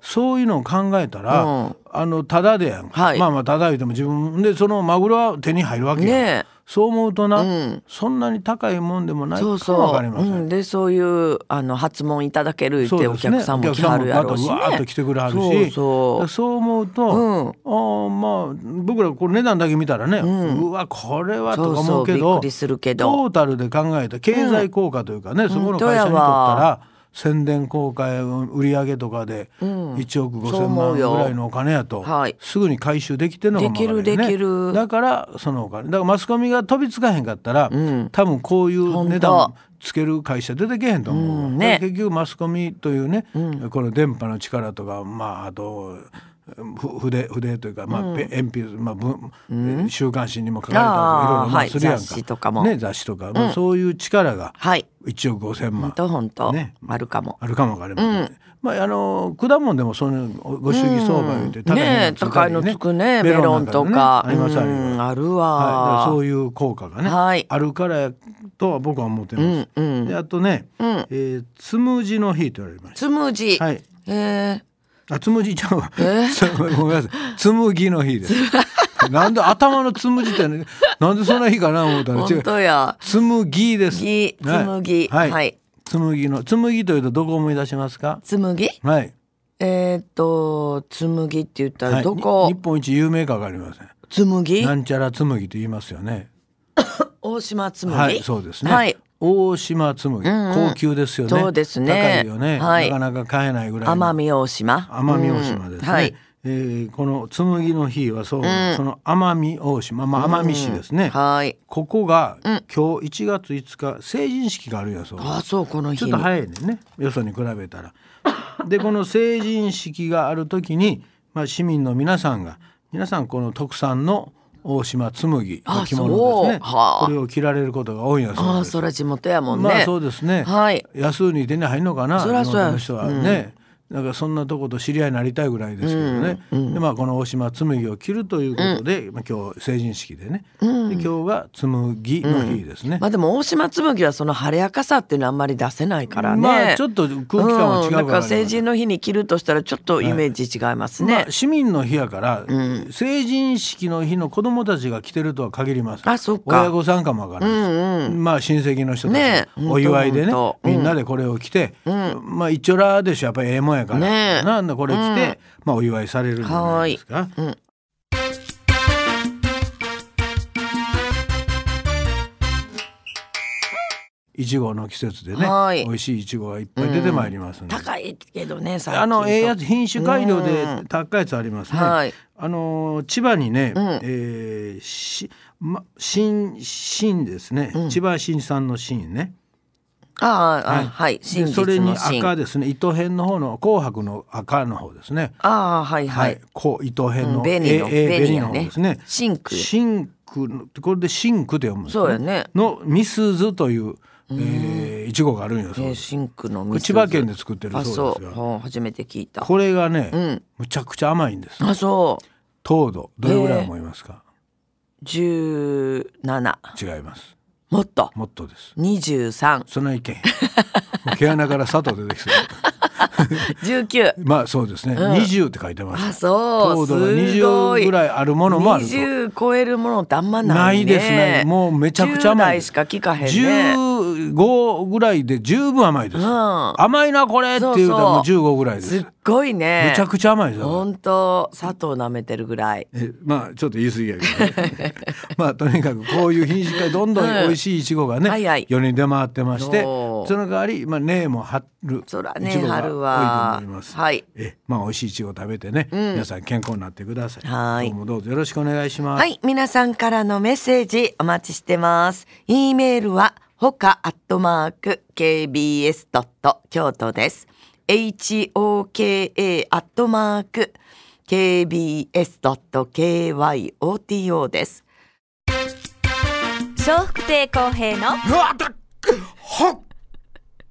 Speaker 3: そう
Speaker 4: いうのを考えたら、
Speaker 3: うん
Speaker 4: あのただでやんか、
Speaker 3: はい
Speaker 4: まあまあただ言うても自分でそのマグロは手に入るわけやん、
Speaker 3: ねえ
Speaker 4: そう思うとな、
Speaker 3: ん
Speaker 4: そんなに高いもんでもないか
Speaker 3: そ
Speaker 4: も
Speaker 3: うそう、
Speaker 4: わかりません。
Speaker 3: うん、でそういうあの発問いただけるってお客さんも来はるやろうしね
Speaker 4: お客さんもまたわーっと来てくれはるし
Speaker 3: そう
Speaker 4: だから
Speaker 3: そ
Speaker 4: そう思うと、
Speaker 3: うん
Speaker 4: あーまあ僕らこれ値段だけ見たらね、うわこれはとか思うけど
Speaker 3: そうそうびっくりするけど
Speaker 4: トータルで考えた経済効果というかね、そこの会社にとった
Speaker 3: 本当やわ
Speaker 4: ら。宣伝公開売上とかで1億
Speaker 3: そ
Speaker 4: 5,000
Speaker 3: う思
Speaker 4: 万
Speaker 3: う
Speaker 4: ぐ
Speaker 3: よ
Speaker 4: らいのお金やと
Speaker 3: はい
Speaker 4: すぐに回収できてんのかもわからんよね
Speaker 3: できるできる
Speaker 4: だからそのお金だからマスコミが飛びつかへんかったら、
Speaker 3: ん
Speaker 4: 多分こういう値
Speaker 3: 本
Speaker 4: 段
Speaker 3: 当
Speaker 4: つける会社出てけへんと思うわ、
Speaker 3: うんね
Speaker 4: だから結局マスコミというね、この電波の力とかまああとふ筆筆というか、まあペ鉛筆、まあ文週刊誌にも書かれたりとかいろい
Speaker 3: あー
Speaker 4: ろま
Speaker 3: は
Speaker 4: あ
Speaker 3: い
Speaker 4: するやんか、
Speaker 3: 雑誌とかも
Speaker 4: ね、雑誌とか、まあそういう力が
Speaker 3: うはい
Speaker 4: 1億5,000
Speaker 3: 本
Speaker 4: 万
Speaker 3: 当本当、
Speaker 4: ね
Speaker 3: あるかも
Speaker 4: あるかもわかりませんね、まああの果物でもそのご祝儀相場言って
Speaker 3: ねえ高いのつくねメロンとか
Speaker 4: ありますあり
Speaker 3: う
Speaker 4: ま
Speaker 3: ん
Speaker 4: す。
Speaker 3: ある
Speaker 4: はい、だから
Speaker 3: わ、
Speaker 4: そういう効果がね、
Speaker 3: はい
Speaker 4: あるからやとは僕は思ってます。
Speaker 3: うんうん
Speaker 4: であとね、
Speaker 3: うん
Speaker 4: えーつむじの日と言われまし
Speaker 3: つむじ、
Speaker 4: た。はい。
Speaker 3: え
Speaker 4: あつむじちゃうわ。ごめんなさい。つむぎの日 です。なんで頭のつむじってね、なんでそんな日かな思った
Speaker 3: ー、
Speaker 4: ら違
Speaker 3: 本
Speaker 4: う。
Speaker 3: 当や
Speaker 4: つむぎです。
Speaker 3: ぎつむぎ
Speaker 4: はい。
Speaker 3: は
Speaker 4: はいい、つむぎのつむぎというとどこを思い出しますか。
Speaker 3: つむぎ
Speaker 4: はい。
Speaker 3: えー、っとつむぎって言った
Speaker 4: は
Speaker 3: ら
Speaker 4: い
Speaker 3: どこ、
Speaker 4: に日本一有名かわかりません。
Speaker 3: つむぎ
Speaker 4: なんちゃらつむぎと言いますよね。
Speaker 3: 大島つむぎ、
Speaker 4: はい、そうですね。
Speaker 3: はい
Speaker 4: 大島紬、
Speaker 3: んうん
Speaker 4: 高級ですよね。
Speaker 3: そうですね
Speaker 4: 高いよね、
Speaker 3: はい
Speaker 4: なかなか買えないぐらいの。
Speaker 3: 奄美大島
Speaker 4: 奄美大島ですね。
Speaker 3: うんはい
Speaker 4: えーこの紬の日はそう、その奄美大島、まあ奄美市ですね。
Speaker 3: はい
Speaker 4: ここが、今日1月5日成人式があるやそうです。
Speaker 3: あそうこの日
Speaker 4: ちょっ
Speaker 3: に
Speaker 4: と早いねんねよそに比べたら。でこの成人式がある時に、まあ、市民の皆さんが皆さんこの特産の大島紬の着物ですね
Speaker 3: あそうはあ
Speaker 4: これを着られることが多いんやそう
Speaker 3: あ
Speaker 4: で
Speaker 3: あ
Speaker 4: す。
Speaker 3: そら地元やもんね、
Speaker 4: まあそうですね、
Speaker 3: はい
Speaker 4: 安うに手に入るのかな
Speaker 3: そりゃそうや
Speaker 4: 日本の人はね、なんかそんなとこと知り合いになりたいぐらいですけどね、でまあこの大島紬を着るということで、まあ、今日成人式でね、で今日が紬の日ですね、
Speaker 3: まあでも大島紬はその晴れやかさっていうのはあんまり出せないからね。
Speaker 4: まあちょっと空気感は違うからね
Speaker 3: んだから成人の日に着るとしたらちょっとイメージ違いますね。
Speaker 4: まあ、市民の日やから、成人式の日の子供たちが来てるとは限りません
Speaker 3: あそっか
Speaker 4: 親御さんかもわからないです、まあ親戚の人たち、
Speaker 3: ねえ
Speaker 4: お祝いでね
Speaker 3: ほんとほんと
Speaker 4: みんなでこれを着て、まあ一応らでしょやっぱりええもんやから、
Speaker 3: ねえ
Speaker 4: なんだこれ着て、まあお祝いされるんじゃないですか、いちごの季節でね、
Speaker 3: はい
Speaker 4: 美味しいいちごがいっぱい出てまいりますんで、
Speaker 3: 高いけどね最近
Speaker 4: あのええや
Speaker 3: つ
Speaker 4: つ品種改良
Speaker 3: う
Speaker 4: で高いやつありますね。
Speaker 3: はい
Speaker 4: あのー千葉にね、
Speaker 3: ん
Speaker 4: えーしま新新ですね、千葉新さんの新ね、
Speaker 3: ああ、あはい、真
Speaker 4: でそ
Speaker 3: 実
Speaker 4: れに
Speaker 3: の真。
Speaker 4: 赤ですね糸編の方の紅白の赤の方ですね
Speaker 3: ああ、はいは
Speaker 4: はいい。こう糸編
Speaker 3: う
Speaker 4: の
Speaker 3: ん紅の
Speaker 4: A- A-
Speaker 3: 紅やね
Speaker 4: 紅の方ですね
Speaker 3: シンク
Speaker 4: シンクのこれでシンクと読むんです
Speaker 3: そうやね
Speaker 4: のミスズというえーいちごがあるんよそう
Speaker 3: え
Speaker 4: で
Speaker 3: ー
Speaker 4: す
Speaker 3: シンクの
Speaker 4: これ千
Speaker 3: 水。
Speaker 4: 葉県で作ってる
Speaker 3: あ、
Speaker 4: そう
Speaker 3: そ
Speaker 4: で
Speaker 3: う。
Speaker 4: すよ
Speaker 3: ほう初めて聞いた。
Speaker 4: これがね、
Speaker 3: うん
Speaker 4: むちゃくちゃ甘いんです
Speaker 3: あ、そう。
Speaker 4: 糖度どれぐらい思いますか、
Speaker 3: 十七。
Speaker 4: 違います
Speaker 3: もっと。
Speaker 4: もっとです
Speaker 3: 二十三。
Speaker 4: その意見 毛穴から砂糖出てきてる
Speaker 3: 十九。
Speaker 4: まあそうですね、20って書いてま
Speaker 3: あ、
Speaker 4: す
Speaker 3: そ
Speaker 4: 糖
Speaker 3: う。
Speaker 4: 度が
Speaker 3: すご
Speaker 4: 20
Speaker 3: い。
Speaker 4: ぐらいあるものもあると
Speaker 3: 20超えるものってあんまな
Speaker 4: ないい
Speaker 3: ね。
Speaker 4: ですねもうめちゃくちゃ
Speaker 3: 10
Speaker 4: 甘い
Speaker 3: 代
Speaker 4: で
Speaker 3: し
Speaker 4: す
Speaker 3: か聞かへんね。
Speaker 4: 15ぐらいで十分甘いです、
Speaker 3: ん
Speaker 4: 甘いなこれっていうのはもう
Speaker 3: そうそう
Speaker 4: 15ぐらいです
Speaker 3: すっごいね。
Speaker 4: めちゃくちゃ甘いですよ
Speaker 3: 本当砂糖舐めてるぐらい。
Speaker 4: えまあちょっと言い過ぎやけど、ね、 まあとにかくこういう品種がどんどん美味しいいちごがね、
Speaker 3: はいはい
Speaker 4: 世に出回ってまして
Speaker 3: そ
Speaker 4: そうの代わり、まあ、根も張るいち
Speaker 3: そ
Speaker 4: ご
Speaker 3: ら
Speaker 4: が
Speaker 3: ね
Speaker 4: 多いと思います、
Speaker 3: 春ははい
Speaker 4: えまあ美味しいいちご食べてね、皆さん健康になってください
Speaker 3: はい
Speaker 4: どうもどうぞよろしくお願いします、
Speaker 3: はい、皆さんからのメッセージお待ちしてます。e メールはほかアットマーク kbs ドット京都です。h o k a アットマーク kbs ドット k y o t o です。
Speaker 1: 笑福亭公平の
Speaker 2: うわだっほっ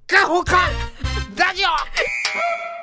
Speaker 2: かほかラジオ